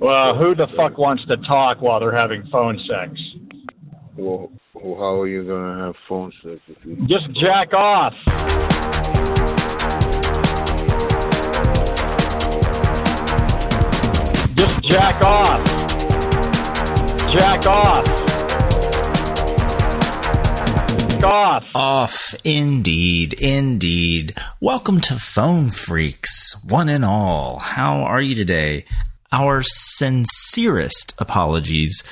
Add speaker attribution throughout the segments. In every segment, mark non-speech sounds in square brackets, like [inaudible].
Speaker 1: Well, who the fuck wants to talk while they're having phone sex?
Speaker 2: Well, well, how are you gonna have phone sex if you?
Speaker 1: Just jack off. Just jack off. Jack off. Jack off.
Speaker 3: Off, indeed, indeed. Welcome to Phone Freaks, one and all. How are you today? Our sincerest apologies.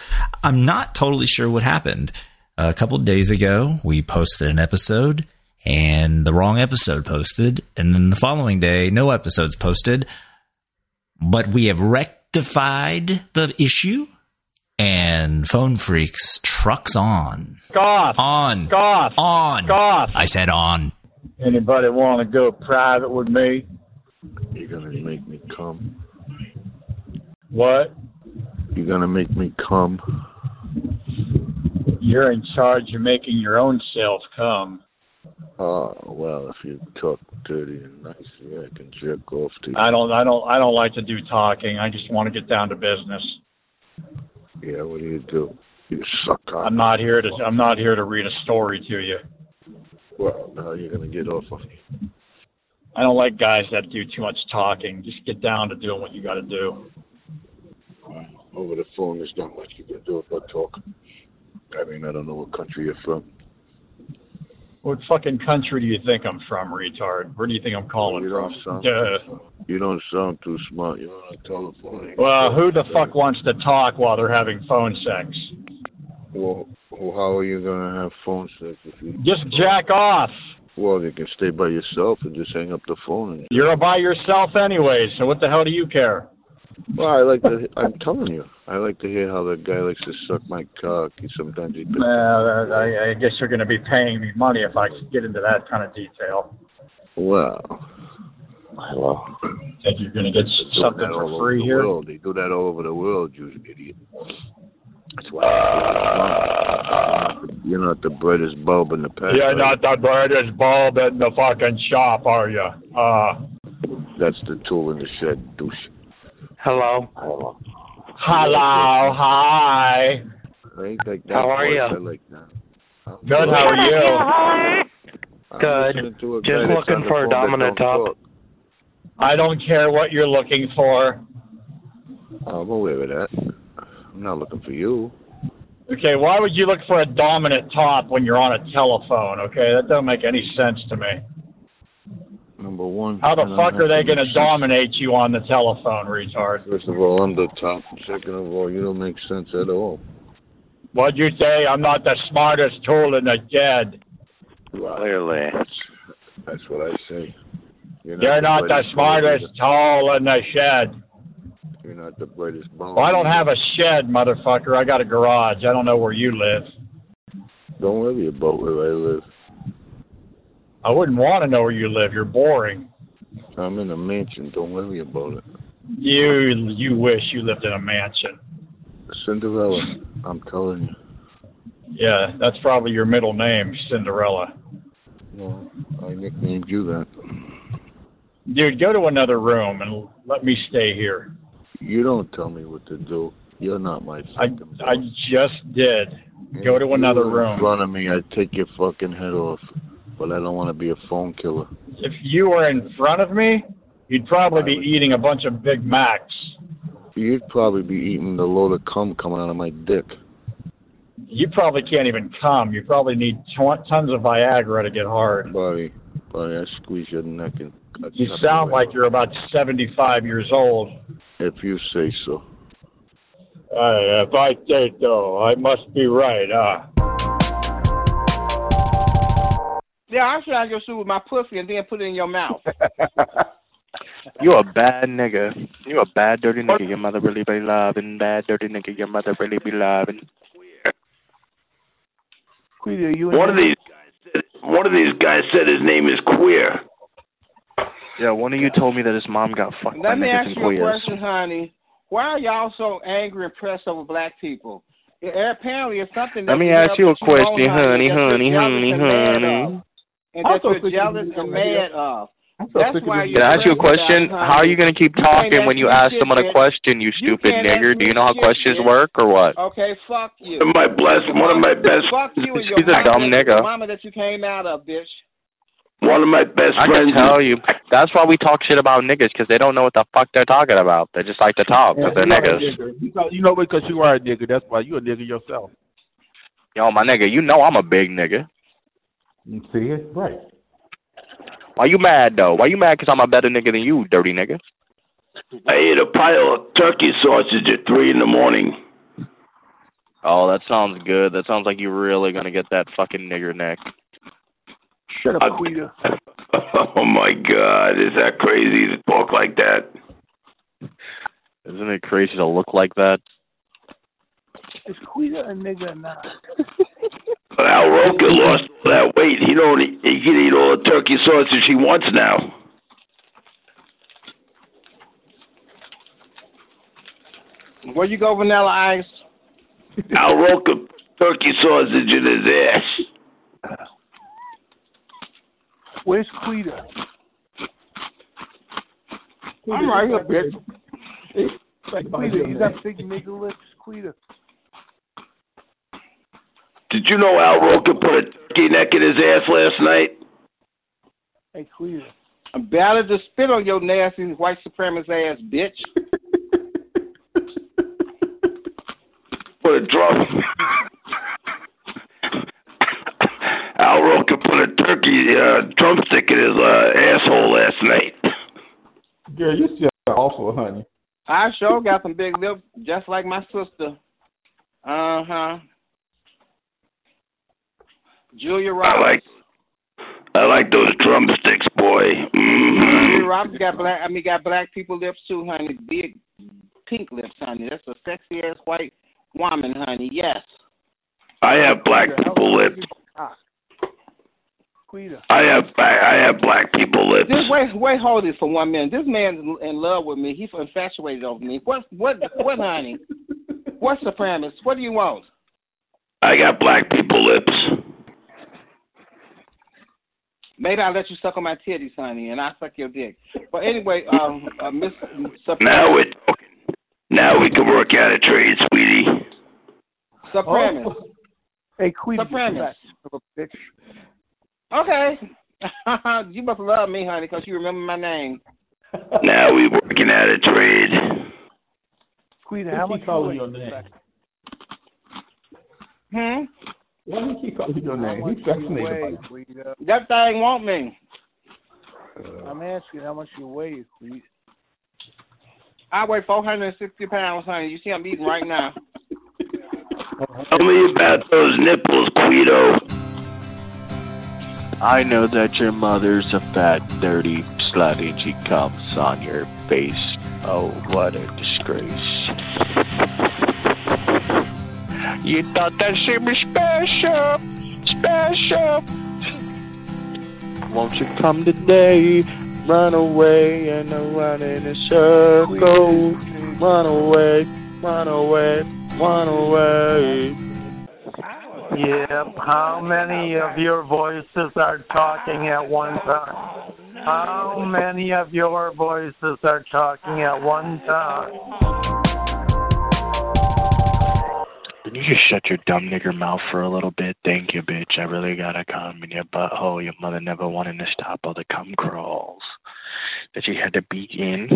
Speaker 3: I'm not totally sure what happened. A couple days ago, we posted an episode, and the wrong episode posted, and then the following day, no episodes posted. But we have rectified the issue, and Phone Freaks trucks on.
Speaker 1: Jack off.
Speaker 3: On.
Speaker 1: Jack off.
Speaker 3: On.
Speaker 1: Jack off.
Speaker 3: I said on.
Speaker 1: Anybody want to go private with me?
Speaker 2: You're gonna make me come.
Speaker 1: What?
Speaker 2: You're gonna make me come.
Speaker 1: You're in charge of making your own self come.
Speaker 2: Ah, well, if you talk dirty and nice, yeah, I can jerk off to you.
Speaker 1: I don't. I don't. I don't like to do talking. I just want to get down to business.
Speaker 2: Yeah, what do you do? You suck on.
Speaker 1: I'm not here to. I'm not here to read a story to you.
Speaker 2: Well, now you're gonna get off on me.
Speaker 1: I don't like guys that do too much talking. Just get down to doing what you got to do.
Speaker 2: Over the phone, there's not much you can do but talk. I mean, I don't know what country you're from.
Speaker 1: What fucking country do you think I'm from, retard? Where do you think I'm calling
Speaker 2: You
Speaker 1: from?
Speaker 2: don't sound-
Speaker 1: Duh.
Speaker 2: You don't sound too smart. You're on a telephone.
Speaker 1: Well, who the fuck wants to talk while they're having phone sex?
Speaker 2: Well, well, how are you gonna have phone sex if you?
Speaker 1: Just jack off.
Speaker 2: Well, you can stay by yourself and just hang up the phone. And,
Speaker 1: You're by yourself anyway, so what the hell do you care?
Speaker 2: [laughs] well, I like to. I'm telling you, I like to hear how the guy likes to suck my cock. He sometimes he.
Speaker 1: Uh, I, I guess you're going to be paying me money if I get into that kind of detail.
Speaker 2: Well, hello.
Speaker 1: Said you're going to get something for free
Speaker 2: the
Speaker 1: here.
Speaker 2: World. They do that all over the world, you idiot. That's why. you're not the brightest bulb in the pack.
Speaker 1: You're
Speaker 2: right?
Speaker 1: not the brightest bulb in the fucking shop, are you? Uh,
Speaker 2: That's the tool in the shed, douche.
Speaker 4: Hello.
Speaker 2: Hello.
Speaker 1: hello, hi.
Speaker 2: I ain't like that
Speaker 4: How are
Speaker 2: voice.
Speaker 4: ya?
Speaker 2: I like that. I'm
Speaker 1: Good, how are you?
Speaker 2: I'm
Speaker 4: Good.
Speaker 2: listening to a
Speaker 4: Just
Speaker 2: guy that's
Speaker 4: looking
Speaker 2: on the
Speaker 4: for a
Speaker 2: phone that
Speaker 4: dominant
Speaker 2: don't
Speaker 4: top.
Speaker 1: I don't care what you're looking for.
Speaker 2: talk. Uh, I'm aware of that. I'm not looking for you.
Speaker 1: Okay, why would you look for a dominant top when you're on a telephone? Okay, that doesn't make any sense to me.
Speaker 2: Number one.
Speaker 1: How the
Speaker 2: and I'm
Speaker 1: fuck
Speaker 2: not
Speaker 1: are they
Speaker 2: gonna
Speaker 1: going to
Speaker 2: sit-
Speaker 1: dominate you on the telephone, retard?
Speaker 2: First of all, I'm the top. Second of all, you don't make sense at all.
Speaker 1: What'd you say? I'm not the smartest tool in the shed.
Speaker 4: Clearly.
Speaker 2: That's what I say. You're
Speaker 1: You're not the
Speaker 2: brightest bulb in
Speaker 1: smartest tool in the shed.
Speaker 2: You're not the brightest bulb.
Speaker 1: Well, I don't have a shed, motherfucker. I got a garage. I don't know where you live.
Speaker 2: Don't worry about where I live.
Speaker 1: I wouldn't want to know where you live. You're boring.
Speaker 2: I'm in a mansion. Don't worry about it.
Speaker 1: You you wish you lived in a mansion.
Speaker 2: Cinderella. I'm telling you.
Speaker 1: Yeah, that's probably your middle name, Cinderella.
Speaker 2: No, I nicknamed you that.
Speaker 1: Dude, go to another room and l- let me stay here.
Speaker 2: You don't tell me what to do. You're not my
Speaker 1: I
Speaker 2: fucking
Speaker 1: I
Speaker 2: boss.
Speaker 1: just did. Go to
Speaker 2: If you
Speaker 1: another
Speaker 2: were In
Speaker 1: room.
Speaker 2: front of me, I'd take your fucking head off. But I don't want to be a phone killer.
Speaker 1: If you were in front of me, you'd probably be eating a bunch of Big Macs.
Speaker 2: You'd probably be eating the load of cum coming out of my dick.
Speaker 1: You probably can't even come. You probably need tw- tons of Viagra to get hard.
Speaker 2: Buddy, buddy, I squeeze your neck and. I'd
Speaker 1: You
Speaker 2: cut
Speaker 1: sound
Speaker 2: away.
Speaker 1: like you're about 75 years old.
Speaker 2: If you say so.
Speaker 1: Uh, if I say so, I must be right, huh?
Speaker 5: Yeah, I'm trying to go through with my pussy and then put it in your
Speaker 4: [laughs]
Speaker 5: mouth.
Speaker 4: You a bad nigga. You a bad dirty nigga. Your mother really be loving. Bad dirty nigga. Your mother really be loving. Queer. you
Speaker 6: One of these guys said one of these guys said his name is queer.
Speaker 4: Yeah, one of you told me that his mom got fucked by
Speaker 5: Let me
Speaker 4: niggas
Speaker 5: ask
Speaker 4: and
Speaker 5: you a
Speaker 4: queers.
Speaker 5: question, honey. Why are y'all so angry and pressed over black people? It, apparently, it's something. That
Speaker 4: Let me
Speaker 5: you
Speaker 4: ask
Speaker 5: have
Speaker 4: you a
Speaker 5: that don't
Speaker 4: question,
Speaker 5: like,
Speaker 4: honey,
Speaker 5: that you're
Speaker 4: honey,
Speaker 5: jealous
Speaker 4: honey,
Speaker 5: and mad
Speaker 4: honey.
Speaker 5: of, And that you're jealous and mad of. That's why
Speaker 4: Can I ask you a question? How are you going to keep talking
Speaker 5: ask
Speaker 4: when
Speaker 5: me
Speaker 4: you ask
Speaker 5: shit,
Speaker 4: someone a
Speaker 5: bitch.
Speaker 4: question, you
Speaker 5: You
Speaker 4: stupid
Speaker 5: can't
Speaker 4: nigger?
Speaker 5: ask me
Speaker 4: Do you know how
Speaker 5: shit,
Speaker 4: questions
Speaker 5: bitch.
Speaker 4: work or what?
Speaker 5: Okay, fuck you.
Speaker 6: My bless, one of my best,
Speaker 5: Fuck you and your
Speaker 4: She's a
Speaker 5: mama,
Speaker 4: dumb
Speaker 5: that-
Speaker 4: nigga.
Speaker 5: mama that you came out of, bitch.
Speaker 6: one of my best
Speaker 4: I
Speaker 6: friends.
Speaker 4: can tell you. That's why we talk shit about niggas because they don't know what the fuck they're talking about. They just like to talk because they're
Speaker 7: You are a
Speaker 4: niggas.
Speaker 7: nigger. You know- You know because you are a nigga. That's why you a nigga yourself.
Speaker 4: Yo, my nigga, you know I'm a big nigga.
Speaker 7: You see it? Right.
Speaker 4: Why you mad though? Why you mad? Cause I'm a better nigga than you, dirty nigga.
Speaker 6: I ate a pile of turkey sausage at three in the morning.
Speaker 4: Oh, that sounds good. That sounds like you're really gonna get that fucking nigger neck.
Speaker 7: Shut
Speaker 6: I-
Speaker 7: up, Quita.
Speaker 6: [laughs] oh my God, is that crazy to talk like that?
Speaker 4: Isn't it crazy to look like that?
Speaker 7: Is Quita a nigga or not?
Speaker 6: But Al Roker lost all that weight. He don't. He can eat all the turkey sausage he wants now.
Speaker 7: [laughs]
Speaker 5: Where you go, Vanilla Ice?
Speaker 6: Al Roker turkey sausage in his ass.
Speaker 7: Where's Quita?
Speaker 5: I'm right here, bitch.
Speaker 7: Like Quita, he's that big nigga lips. Quita.
Speaker 6: Did you know Al Roker put a turkey neck in his ass last night?
Speaker 7: Hey, Quita.
Speaker 5: I'm bound to spit on your nasty white supremacist ass, bitch.
Speaker 6: Put a drum. Al Roker put a turkey uh, drumstick in his uh, asshole last night.
Speaker 7: Girl, you're just awful, honey.
Speaker 5: I sure got some big lips, just like my sister. Uh huh. Julia
Speaker 6: I
Speaker 5: Roberts.
Speaker 6: like, I like those drumsticks, boy.
Speaker 5: Julia
Speaker 6: hmm
Speaker 5: Roberts got black. I mean, got black people lips too, honey. Big pink lips, honey. That's a sexy ass white woman, honey. Yes.
Speaker 6: I have black people lips.
Speaker 7: Quita.
Speaker 6: I have, I, I have black people lips.
Speaker 5: This, wait, wait, hold it for one minute. This man's in love with me. He's infatuated over me. What, what, what, honey? What's the premise? What do you want?
Speaker 6: I got black people lips.
Speaker 5: Maybe I'll let you suck on my titties, honey, and I suck your dick. But anyway, um, uh, Miss
Speaker 6: Now
Speaker 5: Supremus,
Speaker 6: we're talking. Now we can work out a trade, sweetie.
Speaker 5: Supremus,
Speaker 7: Hey, Quita. you
Speaker 5: Supremus.
Speaker 7: son of a Bitch.
Speaker 5: Okay, [laughs] you must love me, honey, because you remember my name.
Speaker 6: Now we working out a trade.
Speaker 7: Quita, how much calling your name?
Speaker 5: Hmm.
Speaker 7: Why do you keep calling your name? He's fascinated by
Speaker 5: That thing want me.
Speaker 7: uh, I'm asking how much you weigh, Quita.
Speaker 5: I weigh 460 pounds, honey. You see, I'm eating right now.
Speaker 6: Tell me about those nipples, Guido.
Speaker 4: I know that your mother's a fat, dirty slut and she comes on your face. Oh, what a disgrace. You thought that she was special, special. Won't you come today? Run away and run in a circle. Run away, run away, run away.
Speaker 3: Yep. How many of your voices are talking at one time? How many of your voices are talking at one time?
Speaker 4: Can you just shut your dumb nigger mouth for a little bit? Thank you, bitch. I really gotta come in your butthole. Your mother never wanted to stop all the cum crawls that she had to beat in.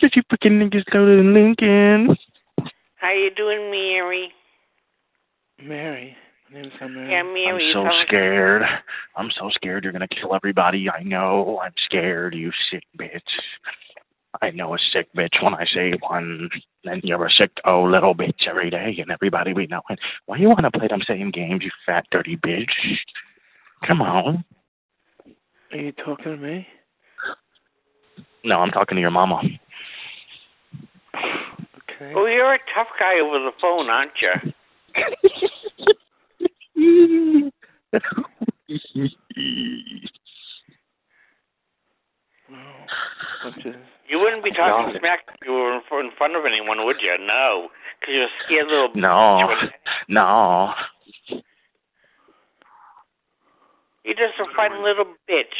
Speaker 4: Cause you freaking niggas go to Lincoln.
Speaker 8: How you doing, Mary?
Speaker 4: Mary.
Speaker 8: Yeah, Mary.
Speaker 4: I'm so
Speaker 8: how-
Speaker 4: scared. I'm so scared you're gonna kill everybody. I know. I'm scared, you sick bitch. I know a sick bitch when I say one. And you're a sick oh little bitch every day and everybody we know it. Why you wanna play them same games, you fat dirty bitch? Come on.
Speaker 9: Are you talking to me?
Speaker 4: No, I'm talking to your mama.
Speaker 9: Okay.
Speaker 8: Oh, you're a tough guy over the phone, aren't you?
Speaker 3: [laughs]
Speaker 9: No. What is-
Speaker 8: You wouldn't be talking smack if you were in fr- in front of anyone, would you? No, because you're a scared little. b-
Speaker 4: No. No.
Speaker 8: You're just a fun little bitch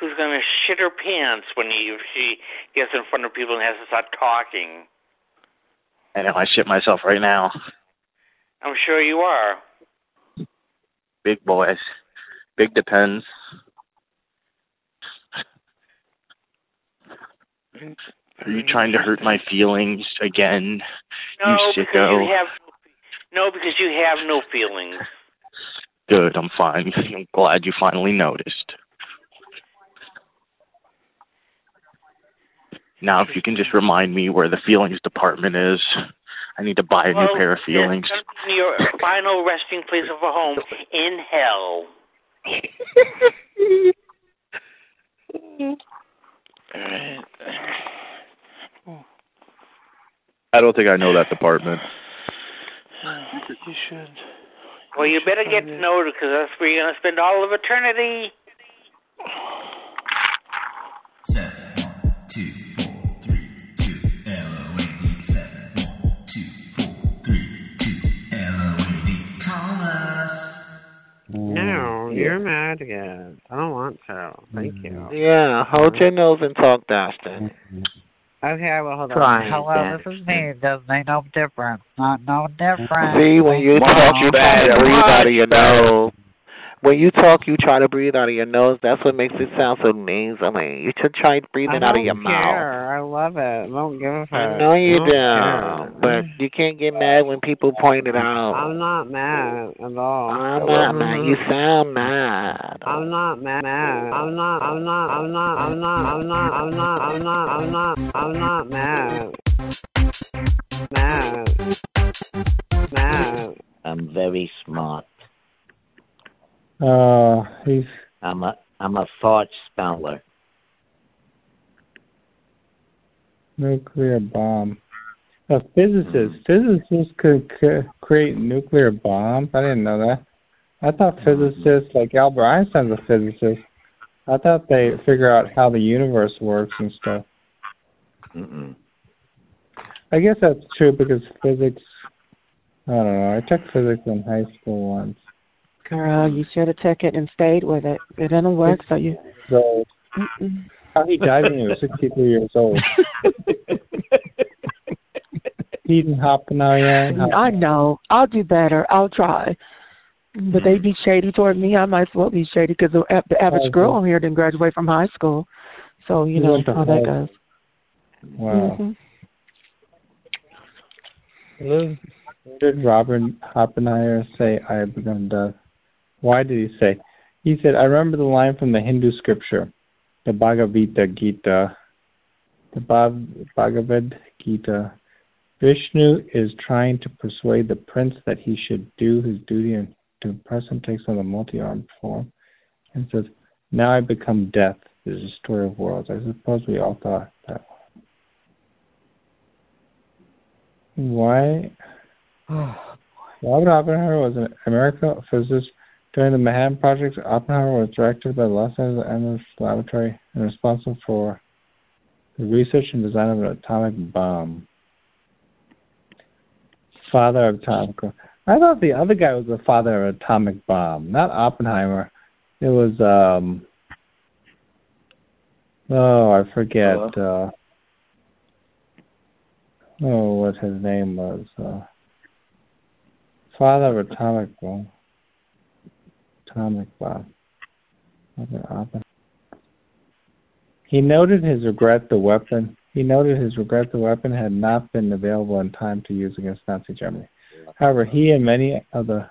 Speaker 8: who's going to shit her pants when he, if she gets in front of people and has to start talking.
Speaker 4: I know I shit myself right now.
Speaker 8: I'm sure you are.
Speaker 4: Big boys. Big depends. Are you trying to hurt my feelings again?
Speaker 8: No,
Speaker 4: you
Speaker 8: because
Speaker 4: sicko.
Speaker 8: you have no, because you have no feelings. [laughs]
Speaker 4: Good, I'm fine. [laughs] I'm glad you finally noticed. Now, if you can just remind me where the feelings department is, I need to buy a
Speaker 8: Well,
Speaker 4: new pair of
Speaker 8: there's
Speaker 4: feelings.
Speaker 8: something in Your final resting place of a home in hell.
Speaker 10: I don't think I know that department.
Speaker 9: You should.
Speaker 8: Well, you better get to know it because that's where you're going to spend all of eternity.
Speaker 11: No, you're mad again. I don't want to. Thank you.
Speaker 12: Mm.
Speaker 13: Yeah, hold your nose and talk nasty.
Speaker 11: Okay, well, hold
Speaker 13: Try
Speaker 11: on.
Speaker 13: that.
Speaker 11: Hello, this is me. It doesn't make no difference. Not no difference.
Speaker 13: See, when you talk, you try to breathe out of your nose. When you talk, you try to breathe out of your nose. That's what makes it sound so nasally. You should try
Speaker 11: I
Speaker 13: breathing
Speaker 11: don't
Speaker 13: out of your mouth.
Speaker 11: care. I love it. I don't give a fuck.
Speaker 13: I know you
Speaker 11: don't care.
Speaker 13: don't, but you can't get mad when people point it out.
Speaker 11: I'm not mad at all. Mm-hmm.
Speaker 13: I'm not mad. You sound mad.
Speaker 11: I'm not mad. I'm not. I'm not. I'm not. I'm not. I'm not. I'm not. I'm not. I'm not. I'm not mad. Mad. Mad.
Speaker 14: I'm very smart.
Speaker 12: Uh, he's
Speaker 14: I'm a I'm a fart speller.
Speaker 12: nuclear bomb. A physicist. Physicists could c- create nuclear bombs. I didn't know that. I thought physicists, like Albert Einstein's a physicist. I thought they figure out how the universe works and stuff.
Speaker 10: Mm-mm.
Speaker 12: I guess that's true because physics. I don't know. I took physics in high school once.
Speaker 15: Girl, you should have took it and stayed with it. It didn't work, so you.
Speaker 12: So
Speaker 15: Mm-mm.
Speaker 12: how he died when he was 63 years old. Eating Hoppenauer.
Speaker 15: I know. I'll do better. I'll try. But they be shady toward me. I might as well be shady because the, a- the average girl on here didn't graduate from high school. So you
Speaker 12: You
Speaker 15: know
Speaker 12: went to
Speaker 15: how that
Speaker 12: Harvard.
Speaker 15: goes.
Speaker 12: Wow.
Speaker 15: Mhm.
Speaker 12: Liz, what did Robert Oppenheimer say I have begun death? Why did he say? He said, I remember the line from the Hindu scripture, the Bhagavad Gita. The Bhav- Bhagavad Gita. Vishnu is trying to persuade the prince that he should do his duty and to impress him takes on the multi armed form and says, Now I become death, the destroyer of worlds. I suppose we all thought that. Why Robert Oppenheimer was an American physicist during the Manhattan Project. Oppenheimer was directed by the Los Alamos Laboratory and responsible for the research and design of an atomic bomb. Father of atomic. I thought the other guy was the father of atomic bomb, not Oppenheimer. It was um. Oh, I forget. Uh, oh, what his name was. Uh, Father of Atomic Bomb. Atomic Bomb. Father Oppen- He noted his regret the weapon. He noted his regret the weapon had not been available in time to use against Nazi Germany. However, he and many other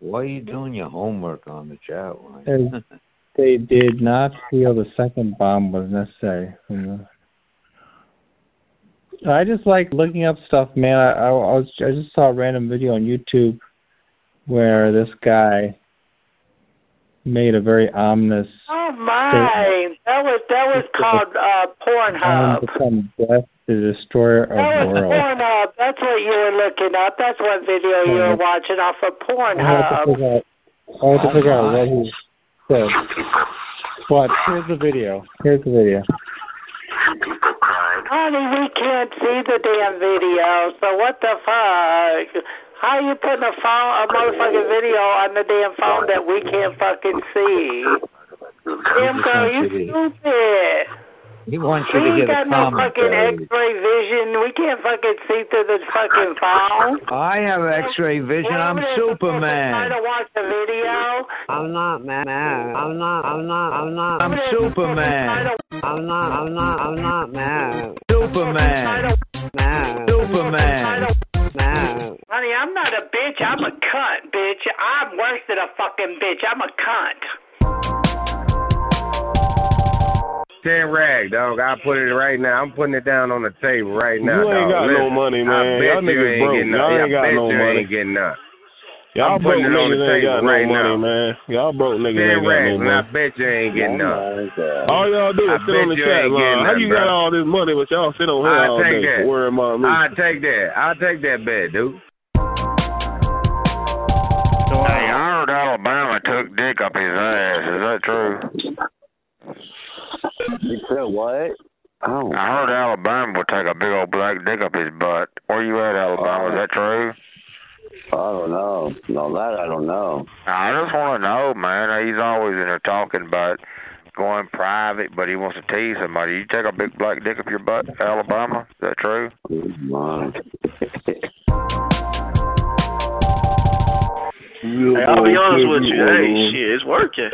Speaker 10: Why are you doing your homework on the chat line?
Speaker 12: they- they did not feel the second bomb was necessary. from the- I just like looking up stuff, man. I, I, I was I just saw a random video on YouTube where this guy made a very ominous
Speaker 8: Oh my! That was that was called
Speaker 12: "I
Speaker 8: uh, Pornhub.
Speaker 12: become death, the destroyer
Speaker 8: That
Speaker 12: of
Speaker 8: was
Speaker 12: worlds.
Speaker 8: Pornhub. That's what you were looking up. That's one video you were watching off
Speaker 12: I
Speaker 8: of
Speaker 12: have to
Speaker 8: Pornhub.
Speaker 12: figure out. I have to figure out what he said. But here's the video. Here's the video.
Speaker 8: Honey, we can't see the damn video. So what the fuck? How you putting a phone, a motherfucking video on the damn phone that we can't fucking see?
Speaker 16: Crimco, you
Speaker 10: [laughs]
Speaker 16: stupid.
Speaker 10: He wants
Speaker 16: We
Speaker 10: you to get
Speaker 16: ain't
Speaker 10: a
Speaker 16: got no
Speaker 10: comment.
Speaker 16: fucking X-ray vision. We can't fucking see through the fucking phone.
Speaker 10: I have X-ray vision. I'm
Speaker 16: Try
Speaker 10: Superman.
Speaker 16: to watch the video.
Speaker 11: I'm not mad. I'm not. I'm not. I'm not.
Speaker 10: I'm Superman.
Speaker 11: I'm not. I'm not. I'm not mad.
Speaker 10: Superman.
Speaker 11: Mad.
Speaker 10: Superman.
Speaker 11: Mad.
Speaker 16: Honey, I'm not a bitch. I'm a cunt, bitch. I'm worse than a fucking bitch. I'm a cunt.
Speaker 6: Ten rag, dog. I put it right now. I'm putting it down on the table right now.
Speaker 5: You ain't
Speaker 6: dog.
Speaker 5: got no
Speaker 6: Listen,
Speaker 5: money,
Speaker 6: I
Speaker 5: man.
Speaker 6: bet
Speaker 5: Y'all
Speaker 6: you
Speaker 5: niggas
Speaker 6: ain't
Speaker 5: broke.
Speaker 6: getting
Speaker 5: Y'all
Speaker 6: nothing.
Speaker 5: ain't got
Speaker 6: I bet
Speaker 5: no
Speaker 6: you
Speaker 5: money.
Speaker 6: ain't getting nothing.
Speaker 5: Y'all
Speaker 6: I'm
Speaker 5: broke
Speaker 6: putting it on the
Speaker 5: niggas ain't
Speaker 6: table
Speaker 5: got no
Speaker 6: right
Speaker 5: money,
Speaker 6: now.
Speaker 5: man. Y'all broke niggas
Speaker 6: Ten
Speaker 5: ain't got
Speaker 6: racks,
Speaker 5: no
Speaker 6: and I
Speaker 5: money.
Speaker 6: bet you ain't getting
Speaker 5: Oh,
Speaker 6: nothing.
Speaker 5: All y'all do is
Speaker 6: I
Speaker 5: sit
Speaker 6: bet
Speaker 5: on the
Speaker 6: you
Speaker 5: chat
Speaker 6: ain't getting
Speaker 5: line. How you
Speaker 6: nothing,
Speaker 5: got
Speaker 6: bro.
Speaker 5: all this money, but y'all sit on here
Speaker 6: I'll
Speaker 5: all
Speaker 6: take
Speaker 5: day
Speaker 6: that.
Speaker 5: worrying about me?
Speaker 6: I'll take that. I'll take that bet, dude.
Speaker 8: Hey, I heard Alabama took dick up his ass. Is that true? You said what? Oh. I heard Alabama would take a big old black dick up his butt. Where you at, Alabama? Is that true? I don't know. No, that I don't know. I just want to know, man. He's always in there talking about going private, but he wants to tease somebody. You take a big black dick up your butt, Alabama? Is that true?
Speaker 2: Hey, I'll be honest with you. Hey, shit, it's working.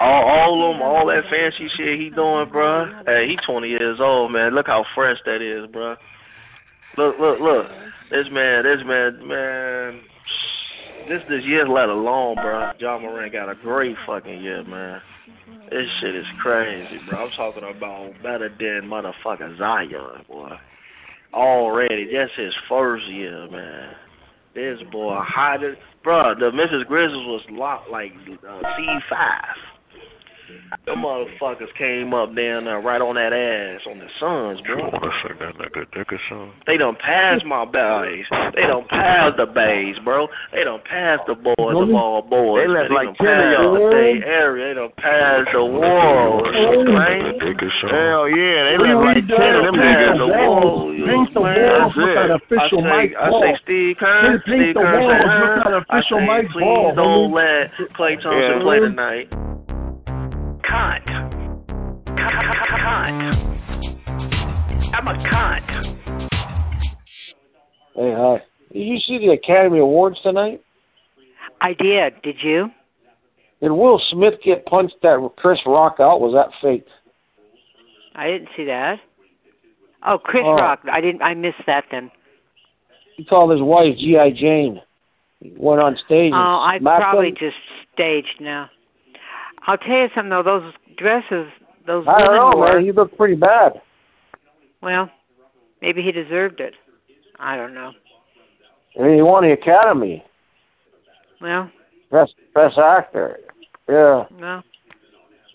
Speaker 2: All, all them, all that fancy shit he doing, bro. Hey, he 20 years old, man. Look how fresh that is, bro. Look, look, look. This man, this man, man. This this year's let alone, bro. John Moran got a great fucking year, man. This shit is crazy, bro. I'm talking about better than motherfucking Zion, boy. Already, that's his first year, man. This boy hotter, bro. The Memphis Grizzlies was locked like uh, C five. Them motherfuckers came up down there right on that ass on the Suns, bro. They done passed my bays. They done passed the bays, bro. They done passed the boys of all boys.
Speaker 6: They left
Speaker 2: They
Speaker 6: like
Speaker 2: done
Speaker 6: ten of
Speaker 2: passed
Speaker 6: y'all.
Speaker 2: the Bay Area. They done passed the walls. Right?
Speaker 6: Hell yeah, they
Speaker 2: We
Speaker 6: left like
Speaker 2: done
Speaker 6: ten of them
Speaker 2: passed
Speaker 6: niggas.
Speaker 2: the walls.
Speaker 6: Paint the
Speaker 2: That's
Speaker 6: walls with
Speaker 2: it.
Speaker 6: that official
Speaker 2: I say,
Speaker 6: Mike
Speaker 2: I say
Speaker 6: Ball.
Speaker 2: Steve Kerr.
Speaker 6: Paint- paint
Speaker 2: Steve
Speaker 6: the
Speaker 2: Kerr
Speaker 6: walls
Speaker 2: said,
Speaker 6: with
Speaker 2: huh?
Speaker 6: that official
Speaker 2: I say,
Speaker 6: Mike
Speaker 2: please
Speaker 6: Ball, homie.
Speaker 2: don't let Clay
Speaker 6: Yeah.
Speaker 2: Thompson play tonight.
Speaker 16: Cunt. Cunt. I'm a cunt.
Speaker 15: Hey, hi. Did you see the Academy Awards tonight?
Speaker 17: I did. Did you?
Speaker 15: Did Will Smith get punched that Chris Rock out? Was that fake?
Speaker 17: I didn't see that. Oh, Chris
Speaker 15: Oh.
Speaker 17: Rock. I didn't. I missed that then.
Speaker 15: He called his wife G.I. Jane. He went on stage. and
Speaker 17: Oh, I
Speaker 15: smacked
Speaker 17: probably
Speaker 15: him.
Speaker 17: just staged now. I'll tell you something though. Those dresses, those
Speaker 15: I
Speaker 17: women
Speaker 15: don't know,
Speaker 17: wore.
Speaker 15: man. He looked pretty bad.
Speaker 17: Well, maybe he deserved it. I don't know.
Speaker 15: I mean, he won the Academy
Speaker 17: Well,
Speaker 15: Best Best Actor. Yeah.
Speaker 17: well.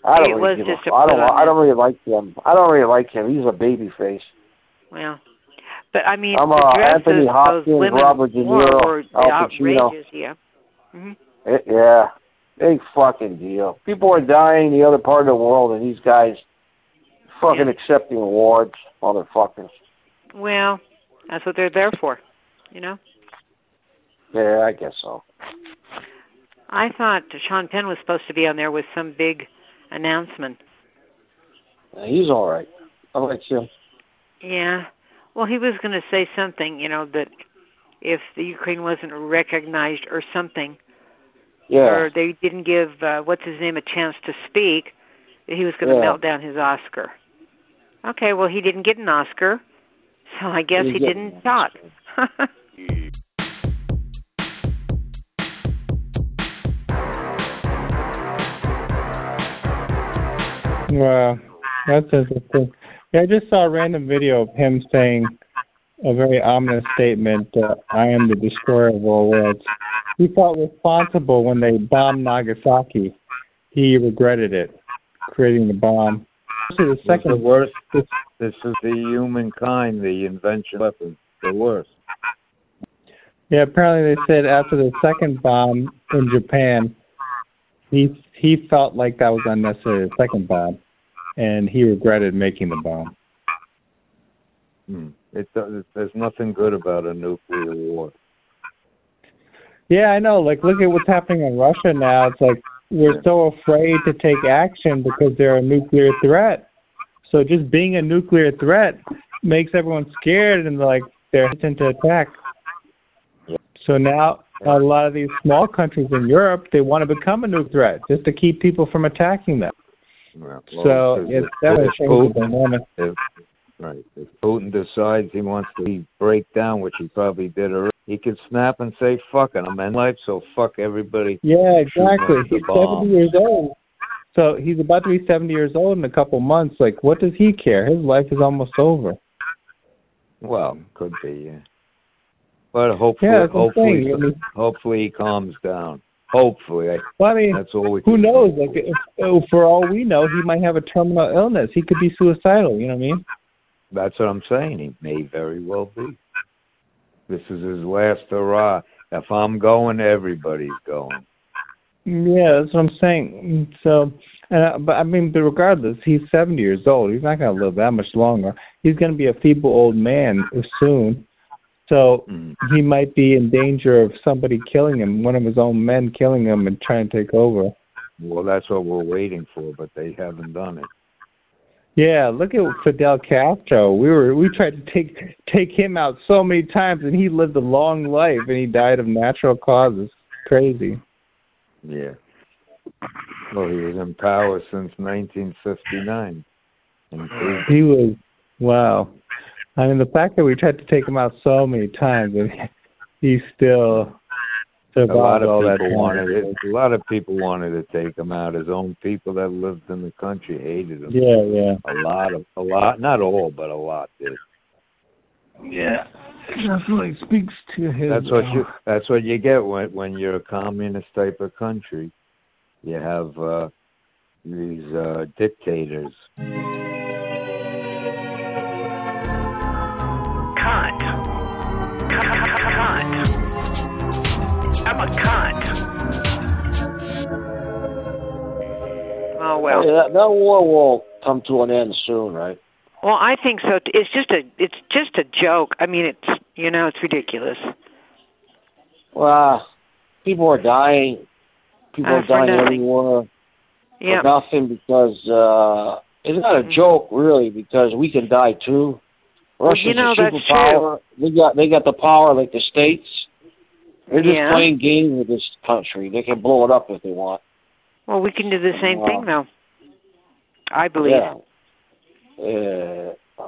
Speaker 15: I don't
Speaker 17: It
Speaker 15: really
Speaker 17: was
Speaker 15: give
Speaker 17: just
Speaker 15: a,
Speaker 17: a
Speaker 15: I don't.
Speaker 17: put on
Speaker 15: I don't really like him. I don't really like him. He's a baby face.
Speaker 17: Well, but I mean,
Speaker 15: I'm,
Speaker 17: the
Speaker 15: uh,
Speaker 17: dresses
Speaker 15: Anthony Hopkins,
Speaker 17: those women
Speaker 15: Robert De
Speaker 17: wore
Speaker 15: Niro,
Speaker 17: were
Speaker 15: Al Pacino.
Speaker 17: outrageous. Yeah. hmm
Speaker 15: It, Eh, yeah, big fucking deal. People are dying in the other part of the world, and these guys fucking accepting awards, motherfuckers.
Speaker 17: Well, that's what they're there for. You know,
Speaker 15: Yeah, I guess so.
Speaker 17: I thought Sean Penn was supposed to be on there with some big announcement.
Speaker 15: Yeah, He's all right. I like him.
Speaker 17: Yeah. Well, he was going to say something, you know, that if the Ukraine wasn't recognized or something,
Speaker 15: Yeah,
Speaker 17: or they didn't give uh, what's his name a chance to speak, that he was going to
Speaker 15: Yeah.
Speaker 17: melt down his Oscar. Okay, well, he didn't get an Oscar, so I guess
Speaker 15: He
Speaker 17: he
Speaker 15: didn't.
Speaker 17: didn't talk.
Speaker 12: Wow, that's interesting. Yeah, I just saw a random video of him saying a very ominous statement uh, I am the destroyer of all worlds. He felt responsible when they bombed Nagasaki. He regretted it, creating the bomb. Actually, the
Speaker 10: It's the
Speaker 12: second
Speaker 10: worst. This, this is the humankind, the invention of weapons. The worst.
Speaker 12: Yeah, apparently they said after the second bomb in Japan, he he felt like that was unnecessary, the second bomb, and he regretted making the bomb.
Speaker 10: Hmm. It, does- there's nothing good about a nuclear war.
Speaker 12: Yeah, I know. Like, look at what's happening in Russia now. It's like we're so afraid to take action because they're a nuclear threat. So just being a nuclear threat makes everyone scared and like they're hesitant to attack. So now a lot of these small countries in Europe they want to become a nuke threat just to keep people from attacking them.
Speaker 10: Well,
Speaker 12: so
Speaker 10: if-
Speaker 12: it's that
Speaker 10: if
Speaker 12: is
Speaker 10: Putin-
Speaker 12: dynamic.
Speaker 10: if- Right. If Putin decides he wants to break down, which he probably did already, he can snap and say, fuck it, I'm in life, so fuck everybody.
Speaker 12: Yeah,
Speaker 10: Shooting off
Speaker 12: exactly.
Speaker 10: the
Speaker 12: He's
Speaker 10: bomb.
Speaker 12: seventy years old. So he's about to be seventy years old in a couple months. Like, what does he care? His life is almost over.
Speaker 10: Well, could be, yeah. But hopefully,
Speaker 12: Yeah, that's what I'm
Speaker 10: hopefully,
Speaker 12: saying. I mean-
Speaker 10: hopefully he calms down. Hopefully, I,
Speaker 12: Well, I mean,
Speaker 10: that's all we.
Speaker 12: who knows? Like, if, oh, for all we know, he might have a terminal illness. He could be suicidal. You know what I mean?
Speaker 10: That's what I'm saying. He may very well be. This is his last hurrah. If I'm going, everybody's going.
Speaker 12: Yeah, that's what I'm saying. So, uh, but I mean, but regardless, he's 70 years old. He's not going to live that much longer. He's going to be a feeble old man soon. So he might be in danger of somebody killing him, one of his own men killing him and trying to take over.
Speaker 10: Well, that's what we're waiting for, but they haven't done it.
Speaker 12: Yeah, look at Fidel Castro. We were we tried to take take him out so many times, and he lived a long life, and he died of natural causes. Crazy.
Speaker 10: Yeah. Well, he was in power since 1959. And
Speaker 12: He was wow. I mean, the fact that we tried to take him out so many times, and he still
Speaker 10: a lot
Speaker 12: survived Mm-hmm. all
Speaker 10: of
Speaker 12: that.
Speaker 10: people
Speaker 12: time.
Speaker 10: wanted it. A lot of people wanted to take him out. His own people that lived in the country hated him.
Speaker 12: Yeah, yeah.
Speaker 10: A lot of, a lot, not all, but a lot did.
Speaker 7: Yeah. That's what it speaks to his.
Speaker 10: That's what
Speaker 7: uh,
Speaker 10: you. That's what you get when when you're a communist type of country. You have uh, these uh, dictators.
Speaker 16: Cunt. Cunt, cunt, cunt. I'm a cunt.
Speaker 17: Oh well.
Speaker 2: Yeah, that, that war will come to an end soon, right?
Speaker 17: [laughs] Well, I think so. It's just a it's just a joke. I mean, it's you know, it's ridiculous.
Speaker 2: Well, people are dying. People
Speaker 17: Uh,
Speaker 2: are
Speaker 17: for
Speaker 2: dying
Speaker 17: nothing.
Speaker 2: everywhere
Speaker 17: Yeah.
Speaker 2: for nothing because uh, it's not a joke, really, because we can die too.
Speaker 17: Mm-hmm. Well,
Speaker 2: Russia's
Speaker 17: you know,
Speaker 2: a
Speaker 17: that's
Speaker 2: superpower. They got they got the power like the states. They're just
Speaker 17: Yeah.
Speaker 2: playing games with this country. They can blow it up if they want. Uh,
Speaker 17: Well, we can do the same
Speaker 2: Wow.
Speaker 17: thing though. I believe
Speaker 2: Yeah. Uh,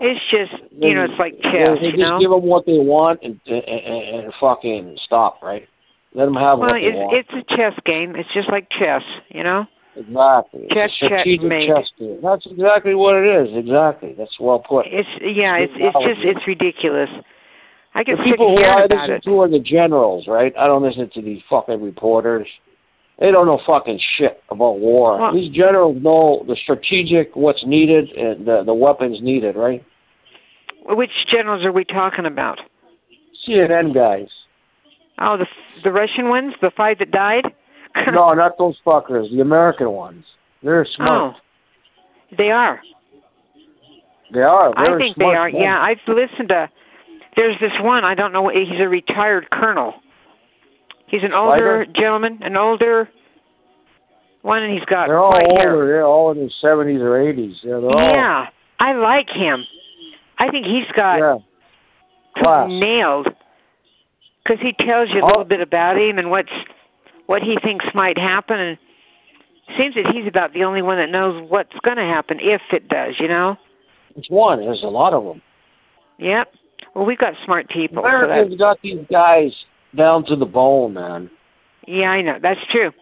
Speaker 17: it's just you know, it's like chess.
Speaker 2: They, they
Speaker 17: you
Speaker 2: just
Speaker 17: know.
Speaker 2: give them what they want and and, and, and fucking stop, right? Let them have
Speaker 17: well,
Speaker 2: what they
Speaker 17: it's
Speaker 2: want.
Speaker 17: it's a chess game. It's just like chess. You know.
Speaker 2: exactly.
Speaker 17: chess,
Speaker 2: It's a strategic
Speaker 17: checkmate.
Speaker 2: chess game. That's exactly what it is. Exactly. That's well put.
Speaker 17: It's yeah. It's it's just it's ridiculous. I
Speaker 2: the
Speaker 17: get sick
Speaker 2: people
Speaker 17: of
Speaker 2: who I
Speaker 17: hearing about
Speaker 2: listen
Speaker 17: it.
Speaker 2: to are the generals, right? I don't listen to these fucking reporters. They don't know fucking shit about war.
Speaker 17: Well-
Speaker 2: these generals know the strategic, what's needed, and the the weapons needed, right?
Speaker 17: Which generals are we talking about?
Speaker 2: CNN guys.
Speaker 17: Oh, the the Russian ones, the five that died. [laughs]
Speaker 2: no, not those fuckers. The American ones. They're smart.
Speaker 17: Oh, they are.
Speaker 2: They are.
Speaker 17: I
Speaker 2: They're
Speaker 17: think they are.
Speaker 2: smart men.
Speaker 17: Yeah, I've listened to. There's this one. I don't know. He's a retired colonel. He's an older
Speaker 2: Fighter?
Speaker 17: gentleman, an older one, and he's got
Speaker 2: They're all
Speaker 17: white hair.
Speaker 2: older. They're all in their seventies or eighties. Yeah, they're all
Speaker 17: Yeah, I like him. I think he's got
Speaker 2: yeah. Class.
Speaker 17: nailed because he tells you a
Speaker 2: Oh.
Speaker 17: little bit about him and what's what he thinks might happen, and seems that he's about the only one that knows what's going to happen if it does. You know?
Speaker 2: It's one. There's a lot of them.
Speaker 17: Yep. Well, we've got smart people. so that's-
Speaker 2: Americans got these guys down to the bone, man.
Speaker 17: Yeah, I know. That's true.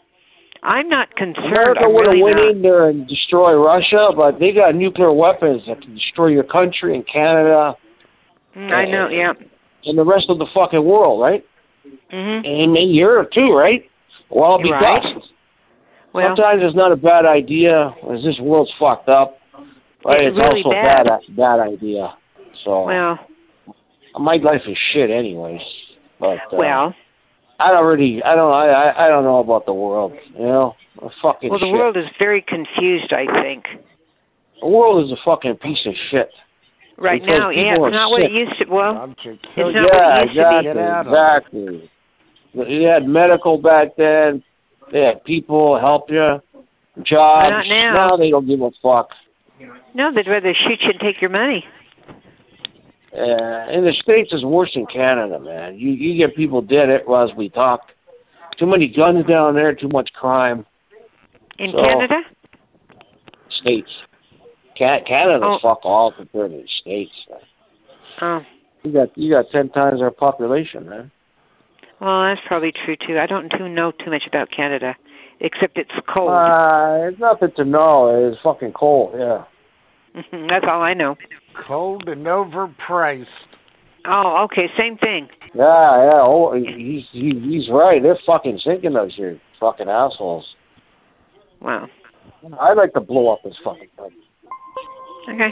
Speaker 17: I'm not concerned.
Speaker 2: America
Speaker 17: I'm
Speaker 2: would have
Speaker 17: really
Speaker 2: went
Speaker 17: not.
Speaker 2: in there and destroy Russia, but they got nuclear weapons that can destroy your country and Canada
Speaker 17: Mm, I know. Yeah.
Speaker 2: and the rest of the fucking world, right?
Speaker 17: hmm
Speaker 2: And in Europe too, right? Well, be
Speaker 17: Right.
Speaker 2: dust.
Speaker 17: Well,
Speaker 2: Sometimes it's not a bad idea. 'cause This world's fucked up, but
Speaker 17: It's
Speaker 2: it's,
Speaker 17: really
Speaker 2: also
Speaker 17: bad.
Speaker 2: a bad idea. So
Speaker 17: well,
Speaker 2: my life is shit, anyways. But uh,
Speaker 17: well,
Speaker 2: I don't really, I don't, I, I, I don't know about the world. You know, fucking
Speaker 17: well. The
Speaker 2: shit.
Speaker 17: world is very confused. I think
Speaker 2: The world is a fucking piece of shit.
Speaker 17: right
Speaker 2: Because
Speaker 17: now, yeah, it's
Speaker 2: people are
Speaker 17: not what it
Speaker 2: sick.
Speaker 17: used to. Well, it's not
Speaker 2: yeah,
Speaker 17: what it used
Speaker 2: exactly,
Speaker 17: to be.
Speaker 2: exactly. You had medical back then. They have people help you, jobs.
Speaker 17: Not now.
Speaker 2: they don't give a fuck.
Speaker 17: No, they'd rather shoot you and take your money.
Speaker 2: Uh, in the states, it's worse than Canada, man. You you get people dead as we talk. Too many guns down there. Too much crime.
Speaker 17: In
Speaker 2: So-
Speaker 17: Canada?
Speaker 2: States. Can- Canada,
Speaker 17: Oh.
Speaker 2: fuck all compared to the states. Man.
Speaker 17: Oh,
Speaker 2: You got you got ten times our population, man.
Speaker 17: well, that's probably true too. I don't too know too much about Canada, except it's cold.
Speaker 2: Uh, it's nothing to know. It's fucking cold. Yeah.
Speaker 17: [laughs] that's all I know.
Speaker 18: Cold and overpriced.
Speaker 17: Oh, okay, same thing.
Speaker 2: Yeah, yeah. Oh, he's he, he's right. They're fucking sinking us here, fucking assholes.
Speaker 17: Wow.
Speaker 2: I'd like to blow up this fucking thing.
Speaker 17: Okay.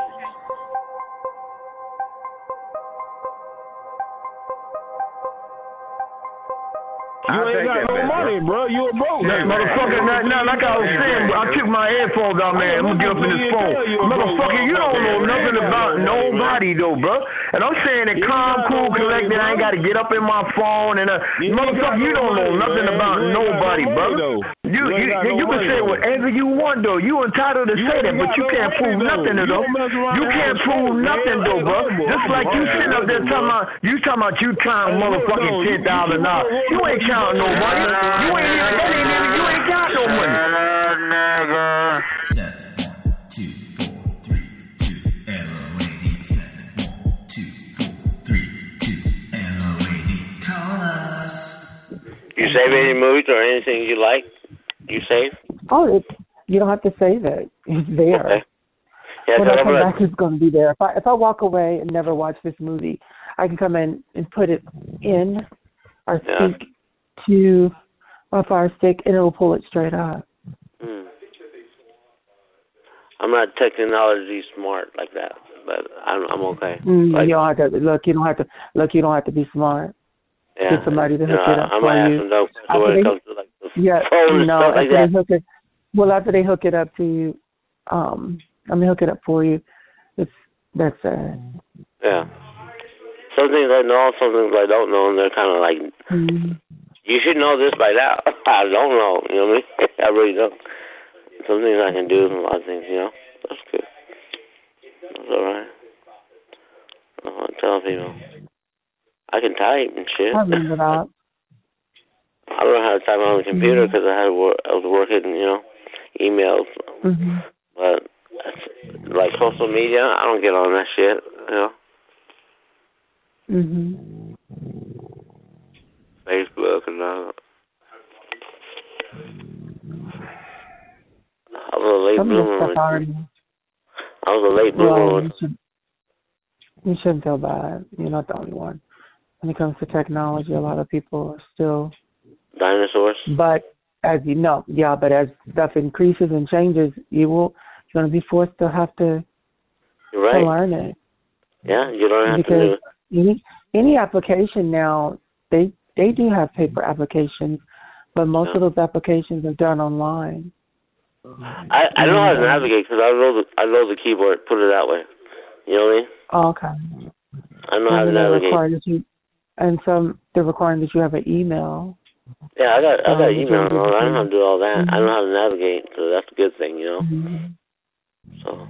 Speaker 19: You ain't got no money, bro. You a broke
Speaker 20: Hey, motherfucker, not now. Like I was saying, I took my headphones out, man. I'm gonna get up in this phone. Motherfucker, you don't know nothing about nobody, though, bro. And I'm saying it calm, cool, collected. I ain't gotta get up in my phone and uh, motherfucker, you don't know nothing about nobody, bro. You you you, you can say whatever you want, though. You entitled to say that, but you can't prove nothing, though. You can't prove nothing, though, bro. Just like you sitting up there talking about you talking about you counting motherfucking ten thousand dollars. You ain't counting no money. You ain't even that ain't even you ain't got no money.
Speaker 8: You save any movies or anything you like? You save?
Speaker 15: Oh, it, you don't have to say that. It's there.
Speaker 8: Yeah,
Speaker 15: when
Speaker 8: so
Speaker 15: I come
Speaker 8: I'm
Speaker 15: back, it's going to be there. If I if I walk away and never watch this movie, I can come in and put it in or
Speaker 8: Yeah.
Speaker 15: speak to my fire stick, and it will pull it straight up.
Speaker 8: Hmm. I'm not technology smart like that, but I'm I'm okay.
Speaker 15: Mm,
Speaker 8: Like,
Speaker 15: you don't have to look. You don't have to look. You don't have to be smart.
Speaker 8: yeah,
Speaker 15: Get somebody to
Speaker 8: you
Speaker 15: hook
Speaker 8: know,
Speaker 15: it up
Speaker 8: I
Speaker 15: for
Speaker 8: might
Speaker 15: you.
Speaker 8: have some dope
Speaker 15: I
Speaker 8: when it
Speaker 15: think-
Speaker 8: comes to like the
Speaker 15: Yeah,
Speaker 8: phone and
Speaker 15: no.
Speaker 8: stuff like that.
Speaker 15: after they hook it, well, after they hook it up to you, um, I mean, hook it up for you. It's that's uh,
Speaker 8: Yeah. Some things I know, some things I don't know, and they're kind of like,
Speaker 15: Mm,
Speaker 8: you should know this by now. [laughs] I don't know, you know what I mean? [laughs] I really don't. Some things I can do, a lot of things, you know? That's good. That's alright. I want to tell people. I can type and shit.
Speaker 15: I remember that.
Speaker 8: I don't know how to type on the computer because I had wor- I was working, you know, emails.
Speaker 15: Mhm.
Speaker 8: But that's- like social media, I don't get on that shit, you know?
Speaker 15: Mhm.
Speaker 8: Facebook and uh, all. I was a late
Speaker 15: Some of the
Speaker 8: bloomer.
Speaker 15: stuff I already.
Speaker 8: I was a late bloomer.
Speaker 15: Well, you, should, you shouldn't feel bad. You're not the only one. When it comes to technology, a lot of people are still.
Speaker 8: Dinosaurs.
Speaker 15: But as you know, yeah. But as stuff increases and changes, you will you're going to be forced to have to,
Speaker 8: You're right.
Speaker 15: to learn it.
Speaker 8: Yeah, you don't have to do
Speaker 15: because
Speaker 8: it.
Speaker 15: any any application now they they do have paper applications, but most of those applications are done online.
Speaker 8: I I know how to navigate because I know the I know the keyboard. Put it that way. You know what I mean?
Speaker 15: Oh, okay.
Speaker 8: I know how to
Speaker 15: And they require
Speaker 8: navigate.
Speaker 15: that you, and some they're requiring that you have an email.
Speaker 8: Yeah, I got I got
Speaker 15: Um,
Speaker 8: email and all. that. I know how to do all that. I
Speaker 15: Mhm.
Speaker 8: know how to navigate, so that's a good thing, you know.
Speaker 15: Mm-hmm.
Speaker 8: So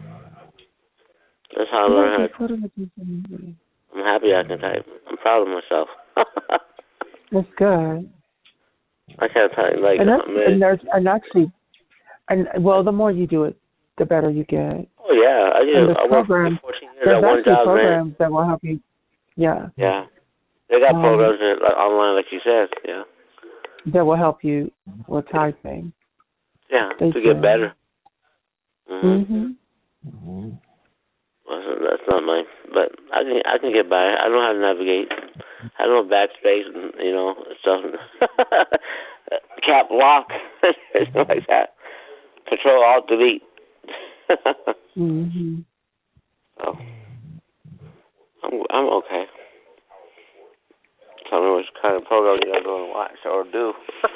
Speaker 8: that's how I learned how to.
Speaker 15: That's
Speaker 8: I'm happy I can type. I'm proud of myself.
Speaker 15: good.
Speaker 8: I can't type like
Speaker 15: and that's
Speaker 8: man.
Speaker 15: and there's and actually, and well, the more you do it, the better you get.
Speaker 8: Oh yeah, I
Speaker 15: and
Speaker 8: did.
Speaker 15: the
Speaker 8: I worked for
Speaker 15: program,
Speaker 8: 14 years
Speaker 15: there's
Speaker 8: at one
Speaker 15: actually
Speaker 8: job, man.
Speaker 15: programs that will help you. Yeah,
Speaker 8: Yeah. They got
Speaker 15: Um,
Speaker 8: programs that, like online, like you said. Yeah.
Speaker 15: that will help you with typing.
Speaker 8: Yeah.
Speaker 15: They
Speaker 8: to get
Speaker 15: do.
Speaker 8: better. hmm
Speaker 15: Mhm.
Speaker 8: Well, so that's not mine, but I can I can get by. I know how to navigate. I know backspace and you know stuff, [laughs] cap lock, [laughs] stuff like that. Control Alt Delete. [laughs]
Speaker 15: Mhm.
Speaker 8: oh. I'm I'm okay. Tell me which kind of program you guys want to watch or do. [laughs]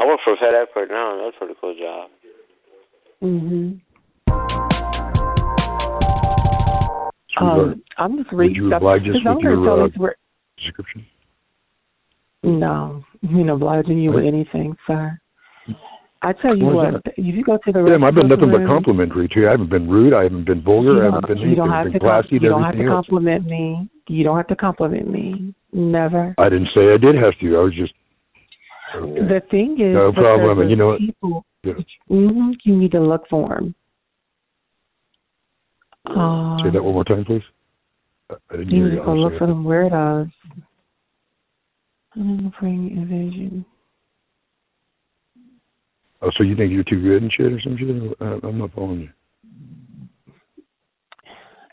Speaker 8: I work for FedEx right now. and That's a pretty cool job.
Speaker 15: Mhm. Um, I'm just
Speaker 21: Would
Speaker 15: reading
Speaker 21: you
Speaker 15: stuff.
Speaker 21: oblige us
Speaker 15: Um, Because I'm
Speaker 21: with
Speaker 15: gonna
Speaker 21: your,
Speaker 15: tell
Speaker 21: uh,
Speaker 15: these were-
Speaker 21: description?
Speaker 15: No, you know, obliging you with anything, sir. I tell you
Speaker 18: Why is
Speaker 15: what, if you go to the
Speaker 18: Damn, I've been nothing but
Speaker 15: restroom,
Speaker 18: complimentary to you. I haven't been rude. I haven't been vulgar. I
Speaker 15: You
Speaker 18: haven't
Speaker 15: don't,
Speaker 18: been
Speaker 15: uh, you
Speaker 18: anything.
Speaker 15: don't have
Speaker 18: I've
Speaker 15: to,
Speaker 18: been
Speaker 15: com-
Speaker 18: classy
Speaker 15: you
Speaker 18: to
Speaker 15: don't have
Speaker 18: everything
Speaker 15: to
Speaker 18: else.
Speaker 15: compliment me. You don't have to compliment me. Never.
Speaker 18: I didn't say I did have to. I was just
Speaker 15: The thing is,
Speaker 18: no
Speaker 15: that
Speaker 18: problem.
Speaker 15: there's
Speaker 18: And you know what?
Speaker 15: people,
Speaker 18: Yeah.
Speaker 15: hmm you need to look for them. Uh,
Speaker 18: Say that one more time, please. I I didn't
Speaker 15: you
Speaker 18: hear
Speaker 15: need
Speaker 18: you.
Speaker 15: to go
Speaker 18: I'm
Speaker 15: look
Speaker 18: sorry.
Speaker 15: for them weirdos. I'm praying invasion.
Speaker 18: Oh, so you think you're too good and shit or some shit? I, I'm not following you.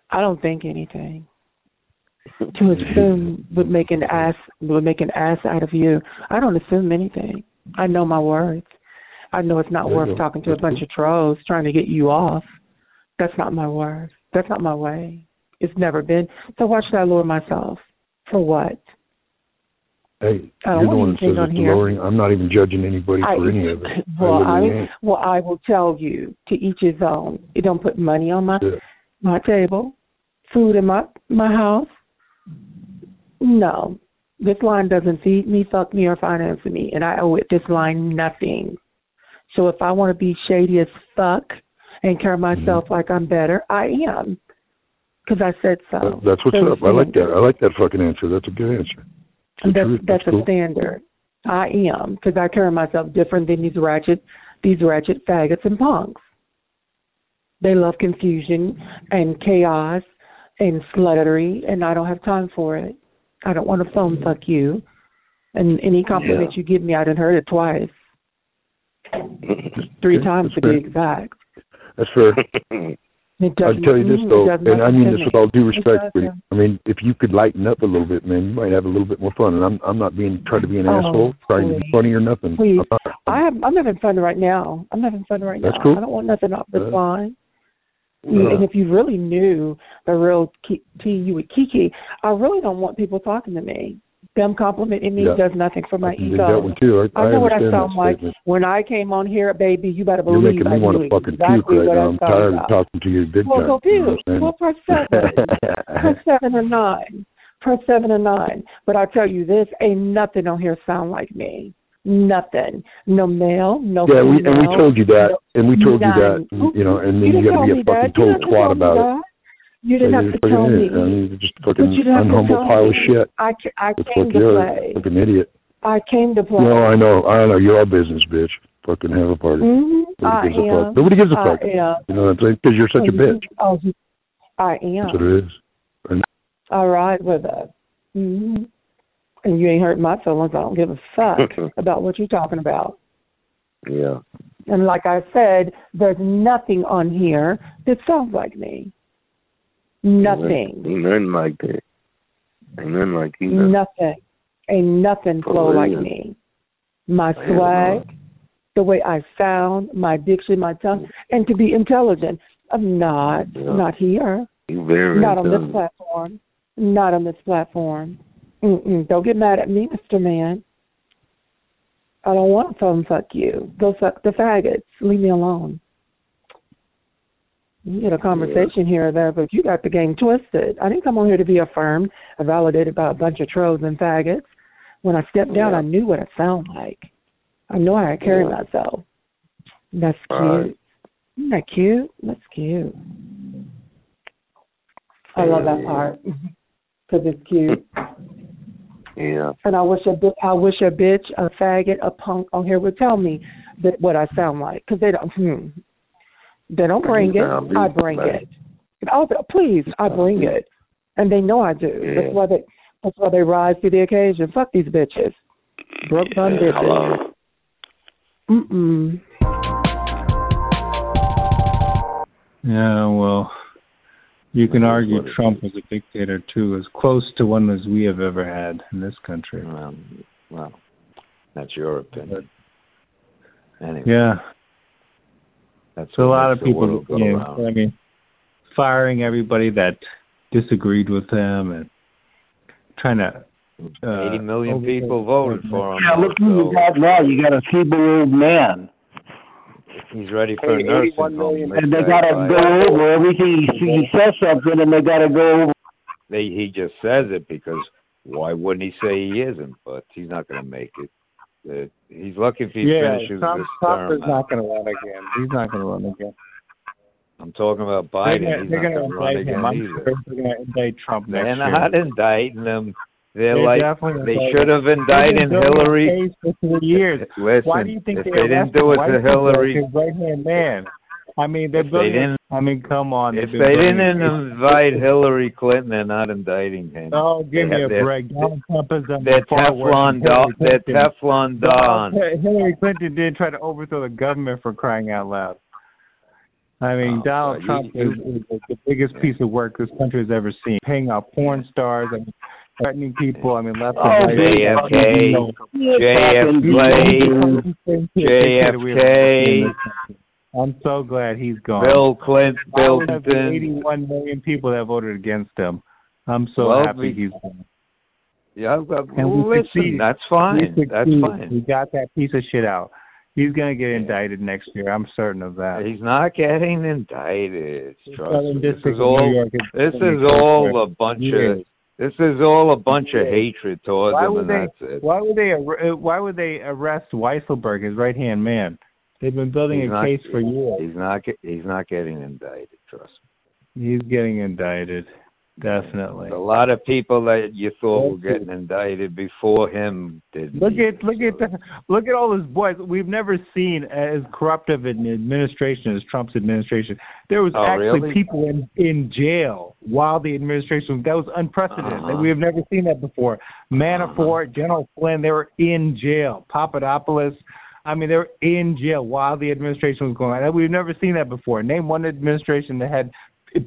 Speaker 15: I don't think
Speaker 18: [laughs]
Speaker 15: anything. To assume would make an ass would make an ass out of you. I don't assume anything. I know my words. I know it's not
Speaker 18: There you
Speaker 15: worth
Speaker 18: go.
Speaker 15: talking to a
Speaker 18: That's
Speaker 15: bunch
Speaker 18: cool.
Speaker 15: of trolls trying to get you off. That's not my word. That's not my way. It's never been. So why should I lower myself? For what?
Speaker 18: Hey,
Speaker 15: I don't
Speaker 18: you're the
Speaker 15: want
Speaker 18: one that
Speaker 15: anything
Speaker 18: says
Speaker 15: on
Speaker 18: it's
Speaker 15: here.
Speaker 18: lowering. I'm not even judging anybody
Speaker 15: I-
Speaker 18: for any of it.
Speaker 15: [laughs] Well,
Speaker 18: I,
Speaker 15: I,
Speaker 18: literally ain't.
Speaker 15: well I will tell you to each his own. It don't put money on my
Speaker 18: Yeah.
Speaker 15: my table, food in my my house. No, this line doesn't feed me, fuck me, or finance me, and I owe it this line nothing. So if I want to be shady as fuck and carry myself
Speaker 18: Mm-hmm.
Speaker 15: like I'm better, I am, because I said
Speaker 18: That-
Speaker 15: so.
Speaker 18: That's what's
Speaker 15: There's
Speaker 18: up. I like that. I like that fucking answer. That's a good answer.
Speaker 15: that's
Speaker 18: truth.
Speaker 15: that's a
Speaker 18: cool.
Speaker 15: standard. I am because I carry myself different than these ratchet, these ratchet faggots and punks. They love confusion and chaos and sluttery, and I don't have time for it. I don't want to phone fuck you, and any compliment
Speaker 18: Mm-hmm. Yeah.
Speaker 15: you give me, I done heard it twice, three
Speaker 18: Okay,
Speaker 15: times to
Speaker 18: that's
Speaker 15: be
Speaker 18: fair.
Speaker 15: exact.
Speaker 18: That's fair.
Speaker 15: [laughs] It
Speaker 18: I'll
Speaker 15: doesn't-
Speaker 18: tell you this
Speaker 15: mm, it
Speaker 18: though,
Speaker 15: does
Speaker 18: and I
Speaker 15: nothing
Speaker 18: mean
Speaker 15: to
Speaker 18: this
Speaker 15: me.
Speaker 18: with all due
Speaker 15: It
Speaker 18: respect,
Speaker 15: does
Speaker 18: buddy. I mean, if you could lighten up a little bit, man, you might have a little bit more fun. And I'm I'm not being trying to be an
Speaker 15: Oh,
Speaker 18: asshole, trying to be
Speaker 15: please.
Speaker 18: funny or nothing.
Speaker 15: Please.
Speaker 18: I'm not.
Speaker 15: I have, I'm having fun right now. I'm having fun right
Speaker 18: That's
Speaker 15: now.
Speaker 18: cool. Uh,
Speaker 15: I don't want nothing off this
Speaker 18: Yeah.
Speaker 15: line.
Speaker 18: Yeah.
Speaker 15: And if you really knew the real Ki- T you with Kiki, I really don't want people talking to me. Them complimenting me
Speaker 18: Yeah.
Speaker 15: does nothing for my
Speaker 18: I did
Speaker 15: ego.
Speaker 18: that one too. I,
Speaker 15: I know what I
Speaker 18: understand
Speaker 15: sound
Speaker 18: that
Speaker 15: like
Speaker 18: statement.
Speaker 15: when I came on here, baby. You better
Speaker 18: You're
Speaker 15: believe
Speaker 18: making
Speaker 15: I
Speaker 18: me want to
Speaker 15: knew
Speaker 18: fucking
Speaker 15: exactly
Speaker 18: puke right
Speaker 15: what
Speaker 18: now.
Speaker 15: I
Speaker 18: I'm
Speaker 15: sound
Speaker 18: tired
Speaker 15: about.
Speaker 18: of talking to you big
Speaker 15: Well,
Speaker 18: time.
Speaker 15: go
Speaker 18: you know what I'm
Speaker 15: puke.
Speaker 18: saying?
Speaker 15: Well, press
Speaker 18: [laughs]
Speaker 15: seven. press seven or nine. Press seven or nine. But I tell you this: ain't nothing on here sound like me. Nothing. No male. No.
Speaker 18: yeah, we
Speaker 15: female,
Speaker 18: and we told you that, and we told you that,
Speaker 15: none.
Speaker 18: and, you know, and
Speaker 15: You
Speaker 18: then you, got
Speaker 15: didn't
Speaker 18: to
Speaker 15: tell
Speaker 18: be
Speaker 15: me
Speaker 18: a fucking
Speaker 15: that. You
Speaker 18: total
Speaker 15: didn't
Speaker 18: twat
Speaker 15: tell me
Speaker 18: about it.
Speaker 15: that. You didn't
Speaker 18: So
Speaker 15: have
Speaker 18: you're
Speaker 15: to
Speaker 18: fucking
Speaker 15: tell
Speaker 18: idiot. I
Speaker 15: me.
Speaker 18: mean, you're just
Speaker 15: But
Speaker 18: fucking
Speaker 15: you didn't have to
Speaker 18: unhumble
Speaker 15: tell
Speaker 18: pile of
Speaker 15: me.
Speaker 18: shit.
Speaker 15: I, ca- I
Speaker 18: That's
Speaker 15: came
Speaker 18: what
Speaker 15: to
Speaker 18: you are.
Speaker 15: play.
Speaker 18: Fucking idiot.
Speaker 15: I came to play.
Speaker 18: No, I know, I know. You're all business, bitch. Fucking have a party.
Speaker 15: Mhm.
Speaker 18: Nobody
Speaker 15: I
Speaker 18: gives a
Speaker 15: am.
Speaker 18: fuck. Nobody gives a
Speaker 15: I
Speaker 18: fuck.
Speaker 15: am.
Speaker 18: You know what I'm saying? Because you're such a
Speaker 15: Oh, you-
Speaker 18: bitch.
Speaker 15: Oh, you- I am.
Speaker 18: That's what it is. And
Speaker 15: All right with us. hmm And you ain't hurt my feelings. I don't give a
Speaker 18: [laughs]
Speaker 15: fuck about what you're talking about.
Speaker 18: yeah.
Speaker 15: And like I said, there's nothing on here that sounds like me. Nothing.
Speaker 8: Ain't nothing like that. Ain't nothing like you. know.
Speaker 15: Nothing. Ain't nothing flow
Speaker 8: For
Speaker 15: like
Speaker 8: real.
Speaker 15: me. My
Speaker 8: Hell
Speaker 15: swag, the way I sound, my diction, my tongue, and to be intelligent. I'm not.
Speaker 8: Yeah.
Speaker 15: Not here.
Speaker 8: You very
Speaker 15: Not on this
Speaker 8: intelligent.
Speaker 15: platform. Not on this platform. Mm-mm. Don't get mad at me, Mr. Man. I don't want to phone fuck you. Go fuck the faggots. Leave me alone. You get a conversation here or there, but you got the game twisted. I didn't come on here to be affirmed or validated by a bunch of trolls and faggots. When I stepped down,
Speaker 8: Yeah.
Speaker 15: I knew what I sound like. I know how I carry
Speaker 8: Yeah.
Speaker 15: myself. That's cute.
Speaker 8: Right.
Speaker 15: Isn't that cute? That's cute. I love that
Speaker 8: Yeah.
Speaker 15: part because it's cute.
Speaker 8: Yeah.
Speaker 15: And I wish a bi- I wish a bitch, a faggot, a punk on here would tell me that what I sound like because they don't. Hmm, they don't bring it.
Speaker 8: sound
Speaker 15: I bring
Speaker 8: beautiful,
Speaker 15: it. Oh, but please, I bring it, and they know I do. That's why they. That's why they rise to the occasion. Fuck these bitches. Broke bum bitches.
Speaker 8: Hello.
Speaker 15: Mm-mm.
Speaker 12: Yeah, well, you can argue Trump was a dictator too, as close to one as we have ever had in this country.
Speaker 22: Well, that's your opinion. Anyway,
Speaker 12: Yeah,
Speaker 22: that's
Speaker 12: so a
Speaker 22: what
Speaker 12: lot of
Speaker 22: makes the
Speaker 12: people.
Speaker 22: world go
Speaker 12: You
Speaker 22: round.
Speaker 12: know, I mean, firing everybody that disagreed with him and trying to. Uh,
Speaker 10: Eighty million
Speaker 12: over-
Speaker 10: people voted for him.
Speaker 12: Yeah, look who you
Speaker 10: so
Speaker 12: got
Speaker 2: now. You got a feeble old man.
Speaker 10: He's ready for a nursing home.
Speaker 2: And they got to go over everything. He, he says something, and they got to go over.
Speaker 10: They, he just says it because why wouldn't he say he isn't? But he's not going to make it. Uh, he's lucky if he
Speaker 12: yeah,
Speaker 10: finishes
Speaker 12: Trump,
Speaker 10: this
Speaker 12: Trump
Speaker 10: term.
Speaker 12: is not going to run again. He's not going to run again.
Speaker 10: I'm talking about
Speaker 12: They're
Speaker 10: Biden.
Speaker 12: gonna-
Speaker 10: he's
Speaker 12: they're
Speaker 10: not
Speaker 12: going
Speaker 10: going to run
Speaker 12: to indict
Speaker 10: again
Speaker 12: him. I'm
Speaker 10: either.
Speaker 12: sure they're going to indict Trump next
Speaker 10: They're
Speaker 12: year.
Speaker 10: not indicting him. They're,
Speaker 12: They're
Speaker 10: like
Speaker 12: definitely
Speaker 10: they
Speaker 12: indicting
Speaker 10: should have
Speaker 12: him. They've been
Speaker 10: indicted
Speaker 12: doing this
Speaker 10: Hillary.
Speaker 12: case for three years.
Speaker 10: Listen,
Speaker 12: Why do you think
Speaker 10: if
Speaker 12: they,
Speaker 10: they didn't
Speaker 12: arrested
Speaker 10: do it
Speaker 12: White
Speaker 10: to
Speaker 12: people,
Speaker 10: Hillary-
Speaker 12: his right-hand man. I mean, they're
Speaker 10: If they
Speaker 12: building-
Speaker 10: didn't-
Speaker 12: I mean, come on.
Speaker 10: If they didn't invite Hillary Clinton, they're not indicting him.
Speaker 12: Oh, give
Speaker 10: They
Speaker 12: me a
Speaker 10: have their-
Speaker 12: break. Donald Trump is on
Speaker 10: They're
Speaker 12: the far worse
Speaker 10: Teflon
Speaker 12: than
Speaker 10: Don. They're
Speaker 12: Hillary Clinton.
Speaker 10: Teflon
Speaker 12: Donald
Speaker 10: Don.
Speaker 12: Cl- Hillary Clinton did try to overthrow the government for crying out loud. I mean, Donald
Speaker 10: God, you-
Speaker 12: Trump
Speaker 10: Oh, you-
Speaker 12: is, is the biggest piece of work this country has ever seen. Paying out porn stars, I mean, threatening people. I mean, left
Speaker 10: Oh,
Speaker 12: and right.
Speaker 10: JFK, JFK, JFK,
Speaker 12: I'm so glad he's gone.
Speaker 10: Bill Clinton, Bill
Speaker 12: Out of the
Speaker 10: Clinton.
Speaker 12: 81 million people that voted against him. I'm so
Speaker 10: Well,
Speaker 12: happy
Speaker 10: we-
Speaker 12: he's gone.
Speaker 10: Yeah,
Speaker 12: And we
Speaker 10: well, listen,
Speaker 12: succeeded.
Speaker 10: that's
Speaker 12: We
Speaker 10: fine. That's
Speaker 12: succeeded.
Speaker 10: fine.
Speaker 12: We got that piece of shit out. He's gonna get indicted next year. I'm certain of that.
Speaker 10: He's not getting indicted. Trust
Speaker 12: Southern
Speaker 10: me. This
Speaker 12: District
Speaker 10: is
Speaker 12: of New
Speaker 10: all.
Speaker 12: York is-
Speaker 10: This is all a bunch of. This is all a bunch of hatred towards
Speaker 12: Why
Speaker 10: him, and
Speaker 12: would they?
Speaker 10: that's it.
Speaker 12: Why would they? ar- uh, Why would they arrest Weisselberg, his right hand man? They've been building
Speaker 10: He's
Speaker 12: a
Speaker 10: not-
Speaker 12: case for years.
Speaker 10: He's not. get- He's not getting indicted. Trust
Speaker 12: He's getting indicted, definitely.
Speaker 10: me. A lot of people that you thought were
Speaker 12: That's
Speaker 10: getting indicted before him did.
Speaker 12: Look at look at the, look at all his boys. We've never seen as corruptive an administration as Trump's administration. There was
Speaker 10: Oh,
Speaker 12: actually
Speaker 10: really?
Speaker 12: people in in jail while the administration that was unprecedented.
Speaker 10: Uh-huh.
Speaker 12: We have never seen that before. Manafort, General Flynn, they were in jail. Papadopoulos, I mean, they were in jail while the administration was going on. We've never seen that before. Name one administration that had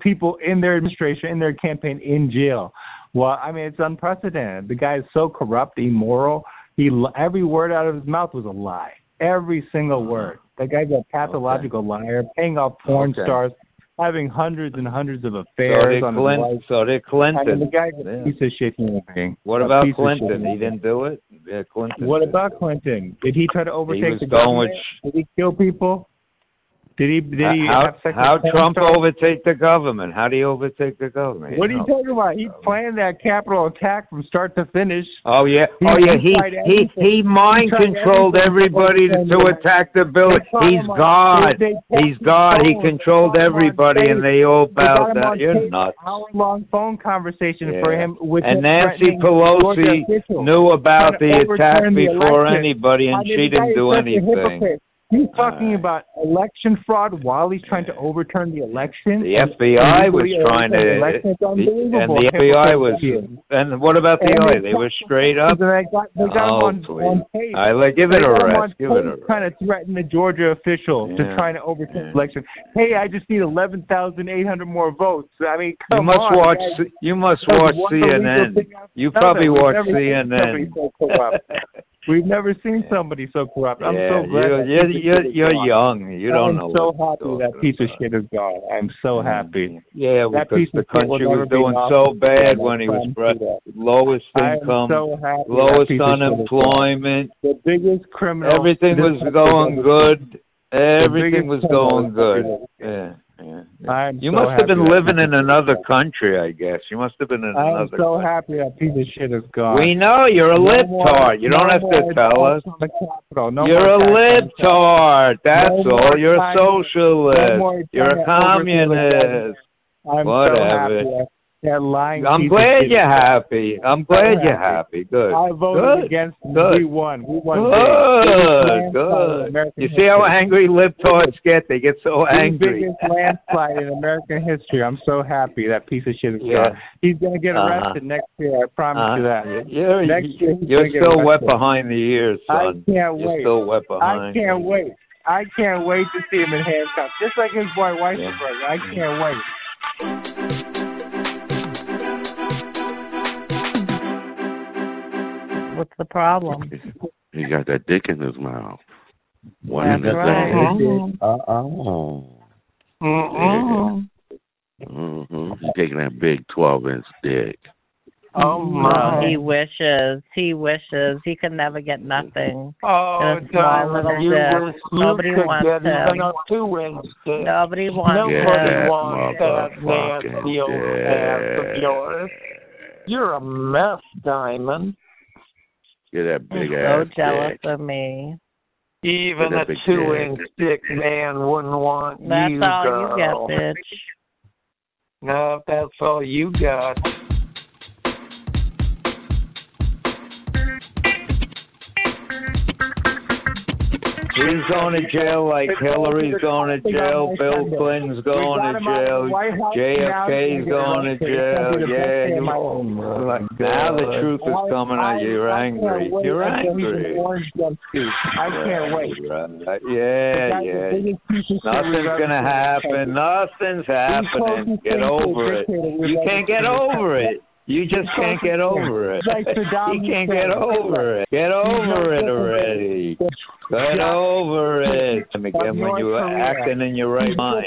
Speaker 12: people in their administration, in their campaign, in jail. Well, I mean, it's unprecedented. The guy is so corrupt, immoral. He li- every word out of his mouth was a lie. Every
Speaker 10: Uh-huh.
Speaker 12: single word. That guy's a pathological liar, paying off porn
Speaker 10: Okay.
Speaker 12: stars, having hundreds and hundreds of
Speaker 10: So
Speaker 12: affairs
Speaker 10: did
Speaker 12: on his
Speaker 10: Clinton.
Speaker 12: wife.
Speaker 10: So did
Speaker 12: I mean, the
Speaker 10: Clinton.
Speaker 12: guy's a
Speaker 10: Yeah.
Speaker 12: piece of shit human being.
Speaker 10: What
Speaker 12: A
Speaker 10: about
Speaker 12: piece of shit
Speaker 10: Clinton?
Speaker 12: human
Speaker 10: He didn't do it. Yeah, Clinton.
Speaker 12: What
Speaker 10: did.
Speaker 12: about Clinton? Did he try to overtake
Speaker 10: was
Speaker 12: the
Speaker 10: going with
Speaker 12: government? Did he kill people? Did he? Did he
Speaker 10: how
Speaker 12: have sex
Speaker 10: how
Speaker 12: with porn
Speaker 10: Trump
Speaker 12: stars?
Speaker 10: overtake the government? How do you overtake the government?
Speaker 12: What are
Speaker 10: No.
Speaker 12: you talking about? He planned that capital attack from start to finish.
Speaker 10: Oh yeah,
Speaker 12: He-
Speaker 10: oh yeah.
Speaker 12: he
Speaker 10: He
Speaker 12: tried
Speaker 10: he
Speaker 12: everything.
Speaker 10: he
Speaker 12: He
Speaker 10: mind
Speaker 12: tried
Speaker 10: controlled
Speaker 12: everything.
Speaker 10: everybody to, to attack the bill.
Speaker 12: They caught
Speaker 10: He's
Speaker 12: him on-
Speaker 10: God.
Speaker 12: they- they caught
Speaker 10: He's
Speaker 12: him
Speaker 10: God. He
Speaker 12: on
Speaker 10: controlled
Speaker 12: tape.
Speaker 10: everybody, and they all
Speaker 12: They got
Speaker 10: bowed
Speaker 12: him
Speaker 10: down.
Speaker 12: on
Speaker 10: You're
Speaker 12: tape,
Speaker 10: nuts.
Speaker 12: Hour-long phone conversation for
Speaker 10: Yeah.
Speaker 12: him with
Speaker 10: And
Speaker 12: him
Speaker 10: Nancy
Speaker 12: threatening Georgia
Speaker 10: Pelosi knew
Speaker 12: officials. trying
Speaker 10: about
Speaker 12: to
Speaker 10: the attack
Speaker 12: overturn the
Speaker 10: before
Speaker 12: election.
Speaker 10: anybody, and
Speaker 12: I mean,
Speaker 10: she
Speaker 12: the guy
Speaker 10: didn't
Speaker 12: is
Speaker 10: do
Speaker 12: such a
Speaker 10: anything.
Speaker 12: hypocrite. He's talking about election fraud while he's trying to overturn the election.
Speaker 10: The FBI was
Speaker 12: Illegally
Speaker 10: trying
Speaker 12: overturn the
Speaker 10: to,
Speaker 12: election. It's unbelievable.
Speaker 10: and the FBI was.
Speaker 12: Hypocrisy.
Speaker 10: And what about the
Speaker 12: And
Speaker 10: other?
Speaker 12: they
Speaker 10: They were straight up.
Speaker 12: They got, they got
Speaker 10: Oh,
Speaker 12: him on,
Speaker 10: please.
Speaker 12: on tape.
Speaker 10: I like give
Speaker 12: They
Speaker 10: it a
Speaker 12: got him on
Speaker 10: rest. Give it a
Speaker 12: tape Trying to threaten the Georgia officials
Speaker 10: Yeah.
Speaker 12: to trying to overturn the election. Hey, I just need 11,800 more votes. I mean,
Speaker 10: You
Speaker 12: come
Speaker 10: must
Speaker 12: on,
Speaker 10: watch.
Speaker 12: guys.
Speaker 10: You must
Speaker 12: That's
Speaker 10: watch
Speaker 12: one illegal
Speaker 10: CNN.
Speaker 12: thing I've
Speaker 10: You
Speaker 12: done.
Speaker 10: probably
Speaker 12: We've
Speaker 10: watch
Speaker 12: never seen
Speaker 10: CNN.
Speaker 12: somebody so
Speaker 10: [laughs]
Speaker 12: corrupt. We've never seen somebody so corrupt. I'm
Speaker 10: yeah,
Speaker 12: so glad. that
Speaker 10: you're
Speaker 12: piece of
Speaker 10: you're,
Speaker 12: shit is
Speaker 10: you're
Speaker 12: gone.
Speaker 10: young. You
Speaker 12: I'm
Speaker 10: don't know.
Speaker 12: so
Speaker 10: what-
Speaker 12: happy that piece of shit is gone. I'm so
Speaker 10: Mm-hmm.
Speaker 12: happy.
Speaker 10: yeah,
Speaker 12: that
Speaker 10: because
Speaker 12: piece
Speaker 10: the
Speaker 12: of shit will
Speaker 10: country
Speaker 12: never
Speaker 10: was
Speaker 12: be
Speaker 10: doing
Speaker 12: off
Speaker 10: so
Speaker 12: the
Speaker 10: bad
Speaker 12: table.
Speaker 10: when he was
Speaker 12: I'm
Speaker 10: pre- lowest
Speaker 12: I'm
Speaker 10: income,
Speaker 12: so happy that
Speaker 10: lowest
Speaker 12: piece of shit is gone.
Speaker 10: unemployment.
Speaker 12: The biggest criminal.
Speaker 10: Everything
Speaker 12: this
Speaker 10: was
Speaker 12: country has
Speaker 10: going
Speaker 12: ever
Speaker 10: good. Everything
Speaker 12: biggest
Speaker 10: was
Speaker 12: criminal
Speaker 10: going
Speaker 12: is ever
Speaker 10: good. Yeah. yeah.
Speaker 12: seen. I'm
Speaker 10: You
Speaker 12: so
Speaker 10: must have
Speaker 12: happy
Speaker 10: been
Speaker 12: that
Speaker 10: living
Speaker 12: piece
Speaker 10: in another country, I guess. You must have been in
Speaker 12: of- I'm
Speaker 10: another.
Speaker 12: so happy that piece of shit is gone.
Speaker 10: We know you're a
Speaker 12: No more-
Speaker 10: libtard. You don't
Speaker 12: no
Speaker 10: have
Speaker 12: more
Speaker 10: to tell us.
Speaker 12: attacks on the Capitol. No
Speaker 10: you're
Speaker 12: more
Speaker 10: a
Speaker 12: attacks on the Capitol.
Speaker 10: libtard. That's
Speaker 12: No
Speaker 10: all.
Speaker 12: more
Speaker 10: You're a
Speaker 12: China. No
Speaker 10: socialist.
Speaker 12: more
Speaker 10: you're a
Speaker 12: China overseas
Speaker 10: communist.
Speaker 12: I'm
Speaker 10: Whatever.
Speaker 12: so happy that, that lying.
Speaker 10: I'm
Speaker 12: piece of
Speaker 10: glad
Speaker 12: shit
Speaker 10: you're
Speaker 12: is gone.
Speaker 10: happy. I'm glad
Speaker 12: I'm
Speaker 10: you're
Speaker 12: happy.
Speaker 10: happy. Good.
Speaker 12: I voted
Speaker 10: Good.
Speaker 12: against him.
Speaker 10: Good.
Speaker 12: We won. We won. big. Biggest
Speaker 10: Good.
Speaker 12: landslide in
Speaker 10: Good.
Speaker 12: American
Speaker 10: You see how
Speaker 12: history.
Speaker 10: angry libtards get? They get so
Speaker 12: The
Speaker 10: angry.
Speaker 12: biggest landslide in American history. I'm so happy that piece of shit is
Speaker 10: Yeah.
Speaker 12: gone. He's gonna get
Speaker 10: Uh-huh.
Speaker 12: arrested next year. I promise
Speaker 10: Uh,
Speaker 12: you that.
Speaker 10: You're,
Speaker 12: next year he's
Speaker 10: you're
Speaker 12: gonna get
Speaker 10: still wet
Speaker 12: arrested.
Speaker 10: behind the ears,
Speaker 12: I
Speaker 10: son.
Speaker 12: can't
Speaker 10: You're
Speaker 12: wait.
Speaker 10: still wet
Speaker 12: I
Speaker 10: behind.
Speaker 12: can't wait. I can't wait to see him in handcuffs, just like his boy Weissenberg. I can't wait.
Speaker 5: What's the problem?
Speaker 6: He got that dick in his mouth. One
Speaker 5: That's
Speaker 6: in his
Speaker 5: right.
Speaker 6: mouth. Uh-uh.
Speaker 5: Mm-mm.
Speaker 6: hmm He taking that big 12-inch dick.
Speaker 5: Oh
Speaker 6: my.
Speaker 5: He wishes. He wishes. He can never get nothing.
Speaker 7: Oh,
Speaker 5: Just smile
Speaker 7: darling,
Speaker 5: little
Speaker 4: Uh-uh.
Speaker 7: you
Speaker 5: bit.
Speaker 7: wish you
Speaker 5: Nobody
Speaker 7: could
Speaker 5: wants
Speaker 7: get even
Speaker 5: him.
Speaker 7: a two inch dick.
Speaker 5: Nobody wants
Speaker 7: Nobody
Speaker 5: that
Speaker 7: wants that nasty old ass of yours.
Speaker 4: You're a mess, Diamond.
Speaker 6: You're that big
Speaker 5: so
Speaker 6: ass.
Speaker 5: jealous
Speaker 6: dick.
Speaker 5: of me.
Speaker 4: Even
Speaker 6: You're
Speaker 4: a
Speaker 6: that big
Speaker 4: two
Speaker 6: dick.
Speaker 4: inch dick man wouldn't want
Speaker 5: That's
Speaker 4: you.
Speaker 5: all you get,
Speaker 4: girl.
Speaker 5: bitch.
Speaker 4: No, if that's all you got.
Speaker 10: He's going to jail like Hillary's going to jail. Bill Clinton's going to jail. JFK's going to jail. Yeah. you- Now the truth is coming out. You're angry. You're angry.
Speaker 4: I can't wait.
Speaker 10: Right. Uh, Yeah, yeah. Nothing's gonna happen. Nothing's happening. Get over it. You can't get
Speaker 4: [laughs]
Speaker 10: over it. You just can't get over it. [laughs] You can't get over it. Get over it already. Get over it. I mean, again, when you were acting in your right mind.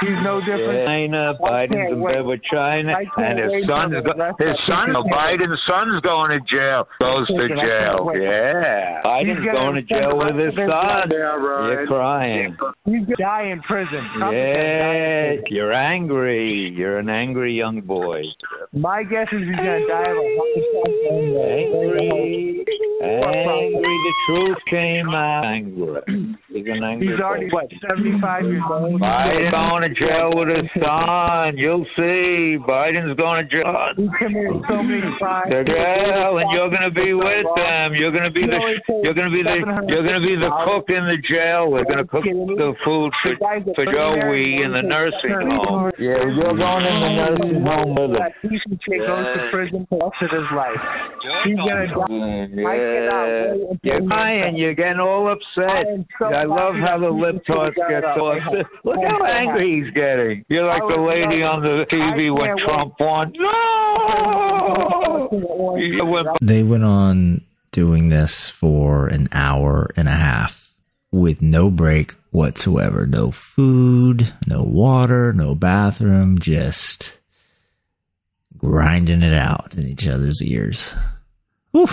Speaker 4: He's no different.
Speaker 10: China, Biden's in bed with China,
Speaker 2: Oh,
Speaker 10: and his son's go- his son, Biden's son's going to jail. Goes to jail. Yeah, Biden's going to jail with his son. You're crying.
Speaker 4: He's gonna die in prison.
Speaker 10: Yeah, you're angry. You're an angry young boy.
Speaker 4: My guess is he's gonna die of a heart attack.
Speaker 10: Angry. Angry. The truth came out. Angry. He's an angry
Speaker 4: He's already
Speaker 10: boy.
Speaker 4: what, seventy-five years old.
Speaker 10: Biden's going to jail with his son. You'll see. Biden's going to jail.
Speaker 4: He committed so many crimes.
Speaker 10: The girl, and you're gonna be with them. You're gonna be the you're gonna be the you're gonna be the cook in the jail. We're gonna cook the food for for Joey in the nursing home.
Speaker 4: Yeah, you're going in the nursing home
Speaker 10: with
Speaker 4: That piece of shit goes to
Speaker 10: Yeah.
Speaker 4: prison for the rest of his life. He's gonna die. I cannot wait until
Speaker 10: You're
Speaker 4: next
Speaker 10: crying.
Speaker 4: time.
Speaker 10: You're getting all upset.
Speaker 4: I am so
Speaker 10: I love
Speaker 4: happy
Speaker 10: how the
Speaker 4: that
Speaker 10: lip
Speaker 4: you two
Speaker 10: toss
Speaker 4: got
Speaker 10: gets
Speaker 4: up.
Speaker 10: off. [laughs] Look
Speaker 4: I'm
Speaker 10: how
Speaker 4: so
Speaker 10: angry
Speaker 4: happy.
Speaker 10: he's getting. You're like
Speaker 4: I
Speaker 10: the
Speaker 4: was
Speaker 10: lady
Speaker 4: so-
Speaker 10: on the TV
Speaker 4: I
Speaker 10: when
Speaker 4: can't
Speaker 10: Trump won. No. You went
Speaker 3: They went on doing this for an hour and a half with no break whatsoever. No food, no water, no bathroom, just grinding it out in each other's ears. Whew.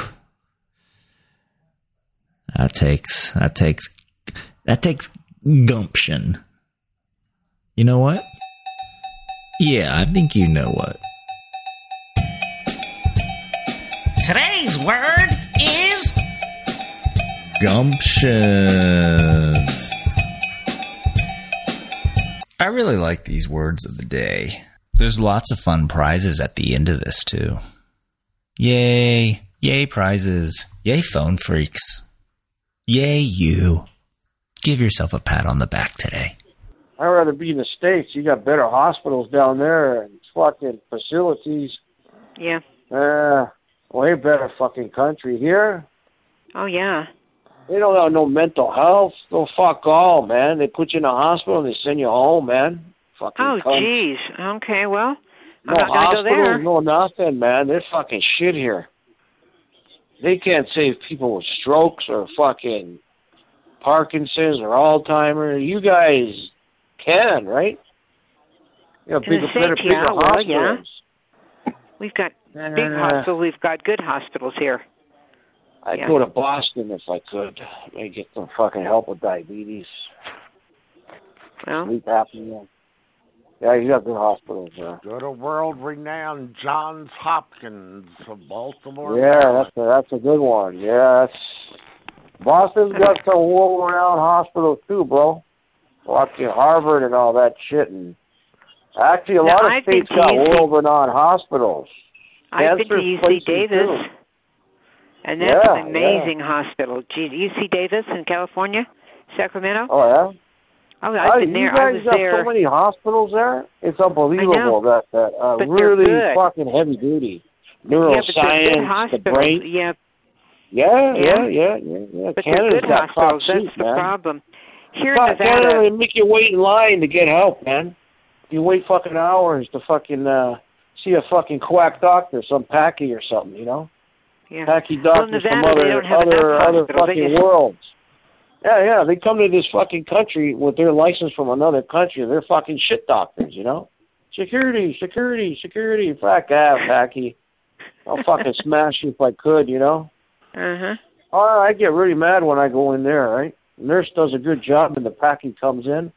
Speaker 3: That takes that takes that takes gumption. You know what? Yeah, I think you know what.
Speaker 23: Today's word is
Speaker 3: gumption. I really like these words of the day. There's lots of fun prizes at the end of this, too. Yay! Yay, prizes! Yay, phone freaks! Yay, you! Give yourself a pat on the back today.
Speaker 2: I'd rather be in the States. You got better hospitals down there and fucking facilities.
Speaker 17: Yeah.
Speaker 2: Uh, way better fucking country here.
Speaker 17: Oh yeah.
Speaker 2: They don't have no mental health. No fuck all, man. They put you in a hospital and they send you home, man. Fucking
Speaker 17: Oh
Speaker 2: cunt.
Speaker 17: jeez. Okay, well,
Speaker 2: No
Speaker 17: I'm not gonna go
Speaker 2: hospitals,
Speaker 17: there.
Speaker 2: no nothing, man. They're fucking shit here. They can't save people with strokes or fucking Parkinson's or Alzheimer's. You guys can, right? You know,
Speaker 17: In
Speaker 2: bigger,
Speaker 17: the
Speaker 2: better,
Speaker 17: States,
Speaker 2: bigger
Speaker 17: yeah, well,
Speaker 2: hospitals.
Speaker 17: yeah. We've got big
Speaker 2: Uh,
Speaker 17: hospitals. We've got good hospitals here.
Speaker 2: I'd
Speaker 17: Yeah.
Speaker 2: go to Boston if I could. Maybe get some fucking help with diabetes.
Speaker 17: Well.
Speaker 2: Sleep apnea. Yeah, you got good hospitals there.
Speaker 18: Go to world renowned Johns Hopkins of Baltimore.
Speaker 2: Yeah, that's a, that's a good one. Yeah, that's Boston's got some world-renowned hospitals too, bro. Fucking Harvard and all that shit, and actually a
Speaker 17: Now,
Speaker 2: lot of
Speaker 17: I've been
Speaker 2: states
Speaker 17: to
Speaker 2: got
Speaker 17: UC
Speaker 2: world-renowned hospitals.
Speaker 17: I've been to
Speaker 2: Cancer's
Speaker 17: UC
Speaker 2: places,
Speaker 17: Davis,
Speaker 2: too.
Speaker 17: and that's
Speaker 2: Yeah,
Speaker 17: an amazing hospital. Geez, UC Davis in California, Sacramento.
Speaker 2: Oh yeah.
Speaker 17: Oh, I've
Speaker 2: Oh,
Speaker 17: been
Speaker 2: you
Speaker 17: there. I
Speaker 2: guys
Speaker 17: was
Speaker 2: got
Speaker 17: there.
Speaker 2: so many hospitals there. It's unbelievable that that uh,
Speaker 17: But they're
Speaker 2: really
Speaker 17: good.
Speaker 2: fucking heavy duty
Speaker 17: yeah, but they're good
Speaker 2: neuroscience, the
Speaker 17: hospitals.
Speaker 2: brain.
Speaker 17: Yeah,
Speaker 2: Yeah,
Speaker 17: Yeah.
Speaker 2: yeah, yeah, yeah. yeah.
Speaker 17: but they're good
Speaker 2: Canada's got top
Speaker 17: hospitals. That's the
Speaker 2: sheet, man.
Speaker 17: problem. Here
Speaker 2: Fuck,
Speaker 17: in Nevada,
Speaker 2: Canada, they make you wait in line to get help, man. You wait fucking hours to fucking uh see a fucking quack doctor, some packy or something, you know?
Speaker 17: yeah.
Speaker 2: Packy
Speaker 17: well, in
Speaker 2: doctor
Speaker 17: Nevada,
Speaker 2: from other
Speaker 17: they don't have
Speaker 2: other
Speaker 17: enough
Speaker 2: other
Speaker 17: hospitals. They
Speaker 2: fucking
Speaker 17: just-
Speaker 2: worlds. Yeah, yeah. They come to this fucking country with their license from another country. They're fucking shit doctors, you know? Security, security, security. Fuck out, packy. I'll
Speaker 17: [laughs]
Speaker 2: fucking smash you if I could, you know?
Speaker 17: Uh-huh.
Speaker 2: Oh, I get really mad when I go in there, right? Nurse does a good job and the packing comes in.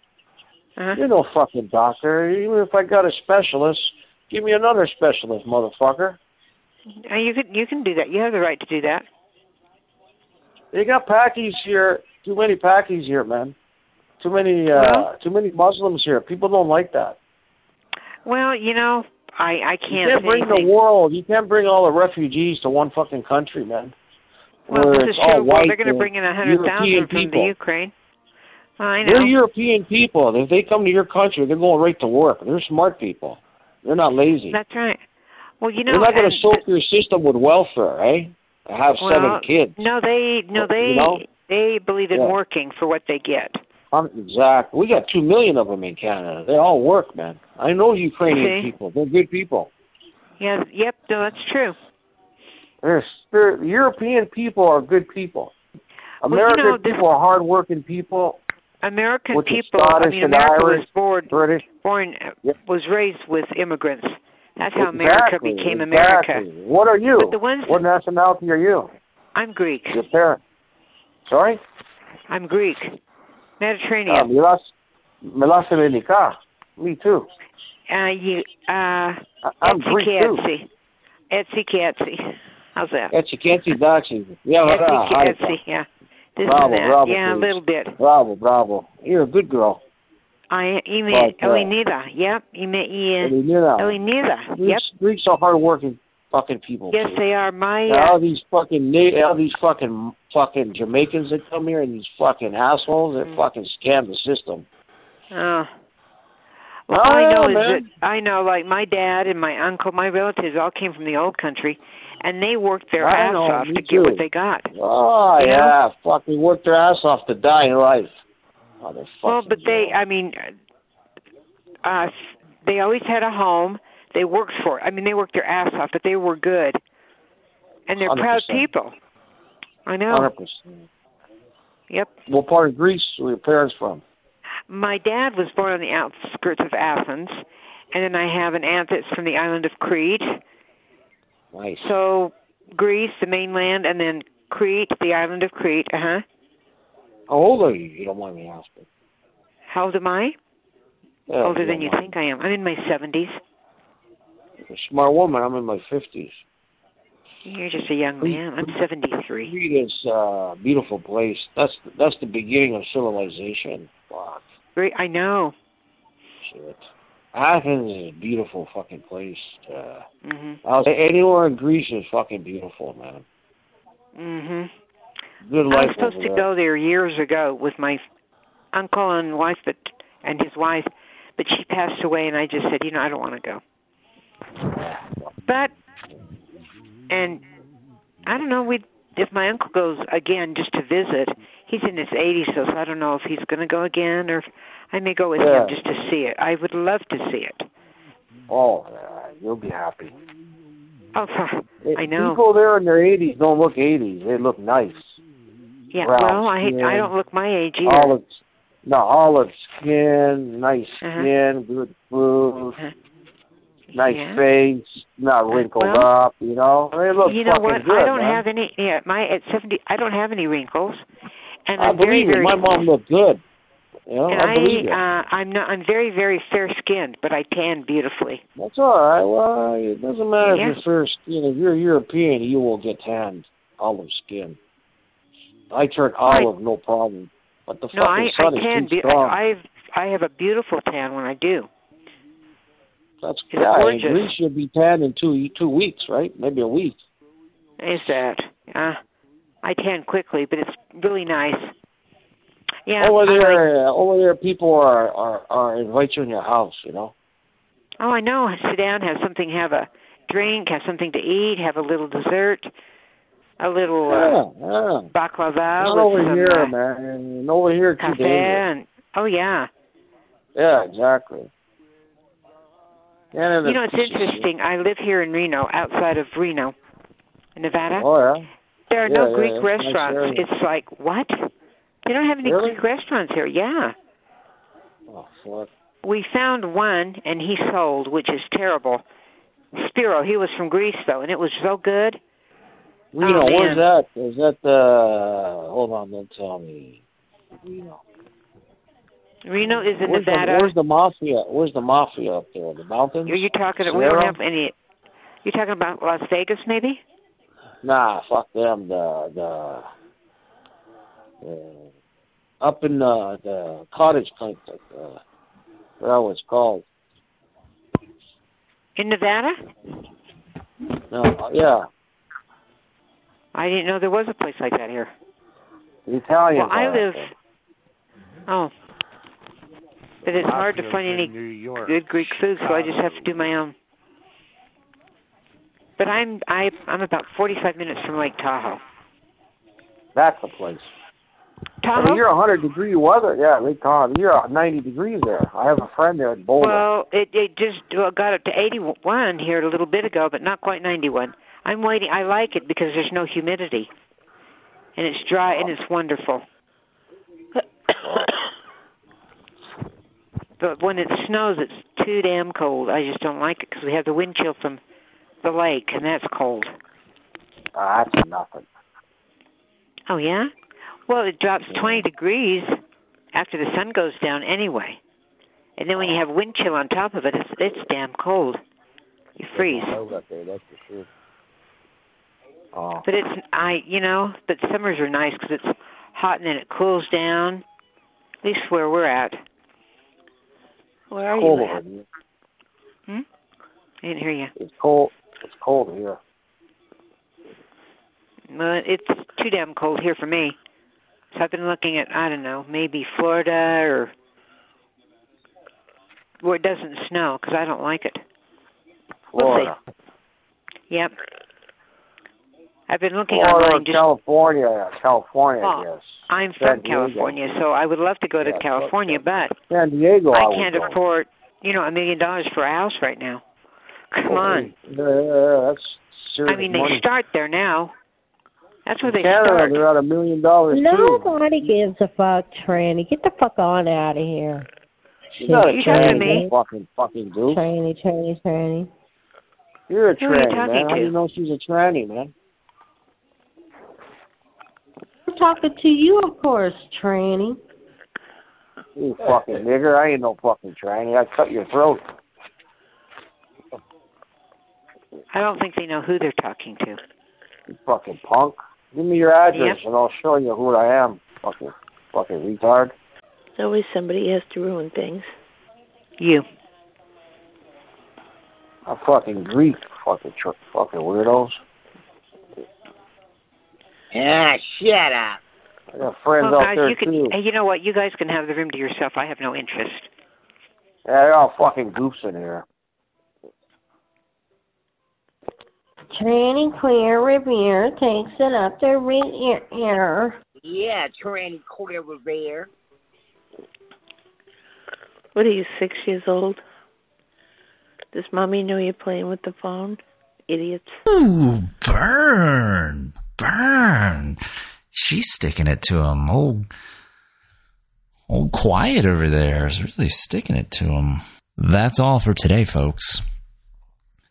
Speaker 17: Uh-huh.
Speaker 2: You're no fucking doctor. Even if I got a specialist, give me another specialist, motherfucker.
Speaker 17: Uh, You can you can do that. You have the right to do that.
Speaker 2: They got Pakis here. Too many Pakis here, man. Too many, uh,
Speaker 17: Well-
Speaker 2: too many Muslims here. People don't like that.
Speaker 17: Well, you know, I I
Speaker 2: You
Speaker 17: can't.
Speaker 2: can't
Speaker 17: say
Speaker 2: bring
Speaker 17: anything.
Speaker 2: the world. You can't bring all the refugees to one fucking country, man.
Speaker 17: Well,
Speaker 2: Where
Speaker 17: this is
Speaker 2: it's all
Speaker 17: true. Well,
Speaker 2: white
Speaker 17: they're going to
Speaker 2: and
Speaker 17: bring in a hundred
Speaker 2: European
Speaker 11: European
Speaker 17: thousand from the
Speaker 2: people.
Speaker 17: Ukraine. Well, I know.
Speaker 2: They're European people. If they come to your country, they're going right to work. They're smart people. They're not lazy.
Speaker 17: That's right. Well, you know,
Speaker 2: they're not going
Speaker 17: and-
Speaker 2: to soak your system with welfare, eh? I have
Speaker 17: well,
Speaker 2: seven kids.
Speaker 17: No, they no they
Speaker 2: You know?
Speaker 17: they believe in
Speaker 2: Yeah.
Speaker 17: working for what they get.
Speaker 2: I'm, exactly. We got two million of them in Canada. They all work, man. I know Ukrainian
Speaker 17: See?
Speaker 2: people. They're good people.
Speaker 17: Yeah. Yep. No, that's true.
Speaker 2: They're, they're European people are good people.
Speaker 17: Well, you
Speaker 2: American
Speaker 17: know, this-
Speaker 2: people are hardworking people.
Speaker 17: American
Speaker 2: Which is
Speaker 17: people. I
Speaker 2: Scottish
Speaker 17: mean,
Speaker 2: and
Speaker 17: America was
Speaker 2: Irish,
Speaker 17: born
Speaker 2: British.
Speaker 17: born was raised with immigrants. That's how America
Speaker 2: Exactly,
Speaker 17: became
Speaker 2: exactly.
Speaker 17: America.
Speaker 2: What are you?
Speaker 17: But the ones-
Speaker 2: what nationality are you?
Speaker 17: I'm Greek.
Speaker 2: Your parents. Sorry?
Speaker 17: I'm Greek. Mediterranean.
Speaker 2: Uh, Milas, Milas Elenika. Me too.
Speaker 17: Uh, you, uh,
Speaker 2: I'm
Speaker 17: Etsy
Speaker 2: Greek, too.
Speaker 11: Etsy.
Speaker 17: Etsy Catsy. How's that?
Speaker 2: Etsi Ketsi Dachi. Eh, Yeah,
Speaker 17: Etsy
Speaker 2: right.
Speaker 17: Catsy, yeah. This
Speaker 2: bravo,
Speaker 17: and that.
Speaker 2: bravo.
Speaker 17: yeah,
Speaker 2: please.
Speaker 17: a little bit.
Speaker 2: Bravo, bravo. You're a good girl.
Speaker 17: I oh, Ime
Speaker 2: Like uh, that.
Speaker 17: Elenida. Yep. Ime Ian
Speaker 2: Elenida.
Speaker 17: Elenida. Yep.
Speaker 2: Greeks, Greeks are hardworking fucking people.
Speaker 17: Yes,
Speaker 2: too.
Speaker 17: they are. My
Speaker 2: And all
Speaker 17: uh,
Speaker 2: these fucking na- all these fucking fucking Jamaicans that come here and these fucking assholes
Speaker 17: Mm.
Speaker 2: that fucking scam the system.
Speaker 17: uh, well,
Speaker 2: Oh,
Speaker 17: I know
Speaker 2: man.
Speaker 17: is that I know like my dad and my uncle, my relatives all came from the old country and they worked their
Speaker 2: I
Speaker 17: ass
Speaker 2: know,
Speaker 17: off
Speaker 2: me
Speaker 17: to get what
Speaker 2: too.
Speaker 17: they got.
Speaker 2: Oh
Speaker 17: You know?
Speaker 2: yeah, fucking work their ass off to die in life. Oh, they're
Speaker 17: Well,
Speaker 2: fucking
Speaker 17: but they, I mean, uh, they always had a home. They worked for it. I mean, they worked their ass off, but they were good. And they're proud
Speaker 2: 100%.
Speaker 17: people. I know.
Speaker 2: hundred percent.
Speaker 17: Yep.
Speaker 2: What part of Greece were your parents from?
Speaker 17: My dad was born on the outskirts of Athens, and then I have an aunt that's from the island of Crete.
Speaker 2: Nice.
Speaker 17: So Greece, the mainland, and then Crete, the island of Crete. Uh huh.
Speaker 2: How old are you? You don't want me asking.
Speaker 17: How old am I?
Speaker 2: Yeah,
Speaker 17: Older
Speaker 2: you
Speaker 17: than
Speaker 2: don't
Speaker 17: you
Speaker 2: mind.
Speaker 17: think I am. I'm in my 70s.
Speaker 2: You're a smart woman. I'm in my fifties.
Speaker 17: You're just a young man. I'm 73.
Speaker 2: Crete is uh, a beautiful place. That's that's the beginning of civilization. Fuck
Speaker 17: Great. I know.
Speaker 2: shit. Athens is a beautiful fucking place. Uh,
Speaker 17: hmm
Speaker 2: I'll say anywhere in Greece is fucking beautiful, man.
Speaker 17: Mhm.
Speaker 2: Good
Speaker 17: I
Speaker 2: life
Speaker 17: was supposed
Speaker 2: over
Speaker 17: to
Speaker 2: there.
Speaker 17: go there years ago with my uncle and wife, but and his wife, but she passed away, and I just said, you know, I don't want to go. But and I don't know. We if my uncle goes again just to visit, he's in his 80s, so I don't know if he's going to go again or if I may go with
Speaker 2: Yeah.
Speaker 17: him just to see it. I would love to see it.
Speaker 2: Oh, yeah, you'll be happy.
Speaker 17: Oh, [laughs] I know.
Speaker 2: People there in their 80s don't look 80s. They look nice.
Speaker 17: yeah.
Speaker 2: Ralph,
Speaker 17: well, I
Speaker 2: yeah.
Speaker 17: I don't look my age either.
Speaker 2: Olive, no, olive skin, nice
Speaker 17: Uh-huh.
Speaker 2: skin, good food, nice
Speaker 17: Yeah. Uh,
Speaker 2: face, not wrinkled
Speaker 17: Well,
Speaker 2: up. You know, they look
Speaker 17: you know
Speaker 2: fucking
Speaker 17: what?
Speaker 2: good.
Speaker 17: I don't
Speaker 2: man.
Speaker 17: have any. Yeah, my at seventy, I don't have any wrinkles, and
Speaker 2: I
Speaker 17: am very,
Speaker 2: believe you.
Speaker 17: very.
Speaker 2: My mom looked good. You know,
Speaker 17: and
Speaker 2: I believe you.
Speaker 17: uh, I'm not. I'm very, very fair skinned, but I tan beautifully.
Speaker 2: That's all right. Well, it doesn't matter
Speaker 17: Yeah.
Speaker 2: if you're fair skin. If you're European, you will get tanned olive skin. I turn
Speaker 17: I-
Speaker 2: olive, no problem. But the
Speaker 17: no, I,
Speaker 2: fucking
Speaker 17: I
Speaker 2: sun is
Speaker 17: tan.
Speaker 2: too
Speaker 17: Be-
Speaker 2: strong.
Speaker 17: I, I've, I have a beautiful tan when I do.
Speaker 2: That's
Speaker 17: it's
Speaker 2: yeah.
Speaker 17: gorgeous.
Speaker 2: In Greece, you'll be tanned in two two weeks, right? Maybe a week.
Speaker 17: Is that? Uh, I tan quickly, but it's really nice. Yeah.
Speaker 2: over
Speaker 17: I like-
Speaker 2: there, uh, over there, people are are are invite you in your house. You know.
Speaker 17: Oh, I know. Sit down, have something, have a drink, have something to eat, have a little dessert, a little uh,
Speaker 2: yeah, yeah.
Speaker 17: baklava
Speaker 2: Not
Speaker 17: with
Speaker 2: over
Speaker 17: some,
Speaker 2: here,
Speaker 17: uh,
Speaker 2: man. Over here, too
Speaker 17: cafe
Speaker 2: dangerous.
Speaker 17: and oh yeah.
Speaker 2: Yeah, exactly. Canada.
Speaker 17: You know, it's interesting. I live here in Reno, outside of Reno, Nevada.
Speaker 2: Oh yeah.
Speaker 17: There are
Speaker 2: yeah,
Speaker 17: no
Speaker 2: yeah,
Speaker 17: Greek
Speaker 2: that's nice
Speaker 17: restaurants.
Speaker 2: area.
Speaker 17: it's like what? They don't have any
Speaker 2: Really?
Speaker 17: Greek restaurants here. Yeah.
Speaker 2: Oh fuck.
Speaker 17: We found one and he sold, which is terrible. Spiro, he was from Greece though, and it was so good.
Speaker 2: Reno,
Speaker 17: Oh, man.
Speaker 2: where's that? Is that uh hold on, don't tell me. Reno.
Speaker 17: Reno is in
Speaker 2: where's
Speaker 17: Nevada.
Speaker 2: The, where's the mafia? Where's the mafia up there? The mountains?
Speaker 17: You're, you're talking. We don't
Speaker 2: Sierra?
Speaker 17: have any. You talking about Las Vegas, maybe?
Speaker 2: Nah, fuck them. The the, the up in the the cottage country, uh, whatever it's called.
Speaker 17: In Nevada?
Speaker 2: No, uh, yeah,
Speaker 17: I didn't know there was a place like that here.
Speaker 2: the Italian.
Speaker 17: well, I
Speaker 2: bar.
Speaker 17: live. Oh. But it's hard to
Speaker 2: live
Speaker 17: find
Speaker 2: in
Speaker 17: any
Speaker 2: New York,
Speaker 17: good Greek food, so I just have to do my own. But I'm I I'm about 45 minutes from Lake Tahoe.
Speaker 2: That's the place.
Speaker 17: Tahoe?
Speaker 2: I mean, you're 100 degree weather. Yeah, Lake Tahoe. You're 90 degrees there. I have a friend there at Boulder.
Speaker 17: Well, it it just well, got up to 81 here a little bit ago, but not quite 91. I'm waiting. I like it because there's no humidity, and it's dry and it's wonderful. [coughs] but when it snows, it's too damn cold. I just don't like it because we have the wind chill from the lake, and that's cold.
Speaker 2: Ah, that's nothing.
Speaker 17: Oh yeah. Well, it drops 20 degrees after the sun goes down anyway, and then when you have wind chill on top of it, it's it's damn cold. You freeze.
Speaker 2: Snow up there, that's for sure. Oh.
Speaker 17: But it's I you know, but summers are nice because it's hot and then it cools down. At least where we're at. Where are
Speaker 2: cold
Speaker 17: you?
Speaker 2: over
Speaker 17: At?
Speaker 2: here.
Speaker 17: I didn't hear you.
Speaker 2: It's cold. It's cold here.
Speaker 17: Well, it's too damn cold here for me. So I've been looking at I don't know maybe Florida or where it doesn't snow because I don't like it.
Speaker 2: Florida.
Speaker 17: Yep. I've been looking
Speaker 2: Florida,
Speaker 17: online. Just,
Speaker 2: California, California.
Speaker 17: Well,
Speaker 2: yes.
Speaker 17: I'm from
Speaker 2: San Diego.
Speaker 17: California, so I would love to go to
Speaker 2: Yeah,
Speaker 17: California, but
Speaker 2: San Diego. I,
Speaker 17: I
Speaker 2: would
Speaker 17: can't
Speaker 2: go.
Speaker 17: afford, you know, a million dollars for a house right now. [laughs] Come on.
Speaker 2: Yeah, yeah, yeah, that's serious
Speaker 17: I mean, they
Speaker 2: money.
Speaker 17: start there now. That's where they
Speaker 2: Canada,
Speaker 17: start.
Speaker 2: they're at a million dollars too.
Speaker 11: Nobody gives a fuck, Tranny. Get the fuck on out of here.
Speaker 2: She's not a
Speaker 11: You
Speaker 2: tranny,
Speaker 11: talking to me?
Speaker 2: you Fucking fucking dude.
Speaker 11: Tranny, tranny, tranny.
Speaker 2: You're a
Speaker 11: Who are you
Speaker 2: tranny, man.
Speaker 11: talking
Speaker 2: How
Speaker 11: to?
Speaker 2: do you know she's a tranny, man?
Speaker 11: I'm talking to you, of course, tranny.
Speaker 2: You fucking nigger. I ain't no fucking tranny. I cut your throat.
Speaker 17: I don't think they know who they're talking to.
Speaker 2: You fucking punk. Give me your address and I'll show you who I am. Fucking fucking retard.
Speaker 13: There's always somebody has to ruin things.
Speaker 17: You.
Speaker 2: I fucking grief. Fucking tr- fucking weirdos.
Speaker 13: Ah, shut up.
Speaker 2: I got friends
Speaker 17: well,
Speaker 2: out
Speaker 17: guys,
Speaker 2: there
Speaker 17: you can.
Speaker 2: too.
Speaker 17: hey, You know what? You guys can have the room to yourself. I have no interest.
Speaker 2: Yeah, they're all fucking goofs in here.
Speaker 11: Tranny Queer Revere takes it up the rear ear.
Speaker 13: Yeah, Tranny Clear Revere. What are you, six years old? Does mommy know you're playing with the phone? Idiots.
Speaker 3: Ooh, burn, burn. She's sticking it to him. Old, old quiet over there is really sticking it to him. That's all for today, folks.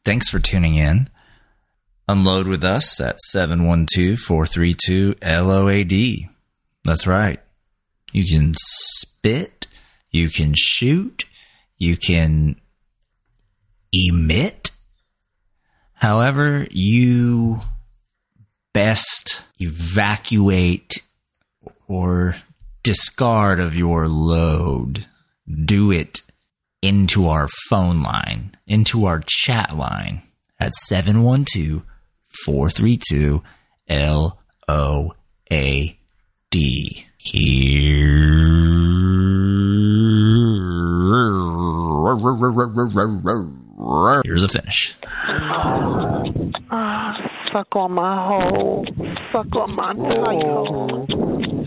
Speaker 3: Thanks for tuning in. Unload with us at 712 432 LOAD. That's right. You can spit, you can shoot, you can emit. However, you best evacuate or discard of your load, do it into our phone line, into our chat line at 712 432 LOAD. Here. Here's a finish.
Speaker 4: Ah, suck on my hole. Suck on my tight hole.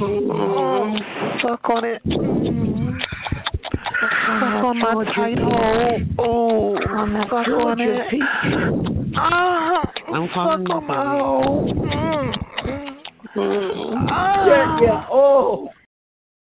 Speaker 4: Oh, suck on it. Suck on my tight hole. Oh, suck on it. Ah, suck on my hole. Mm. Ah,
Speaker 2: Oh,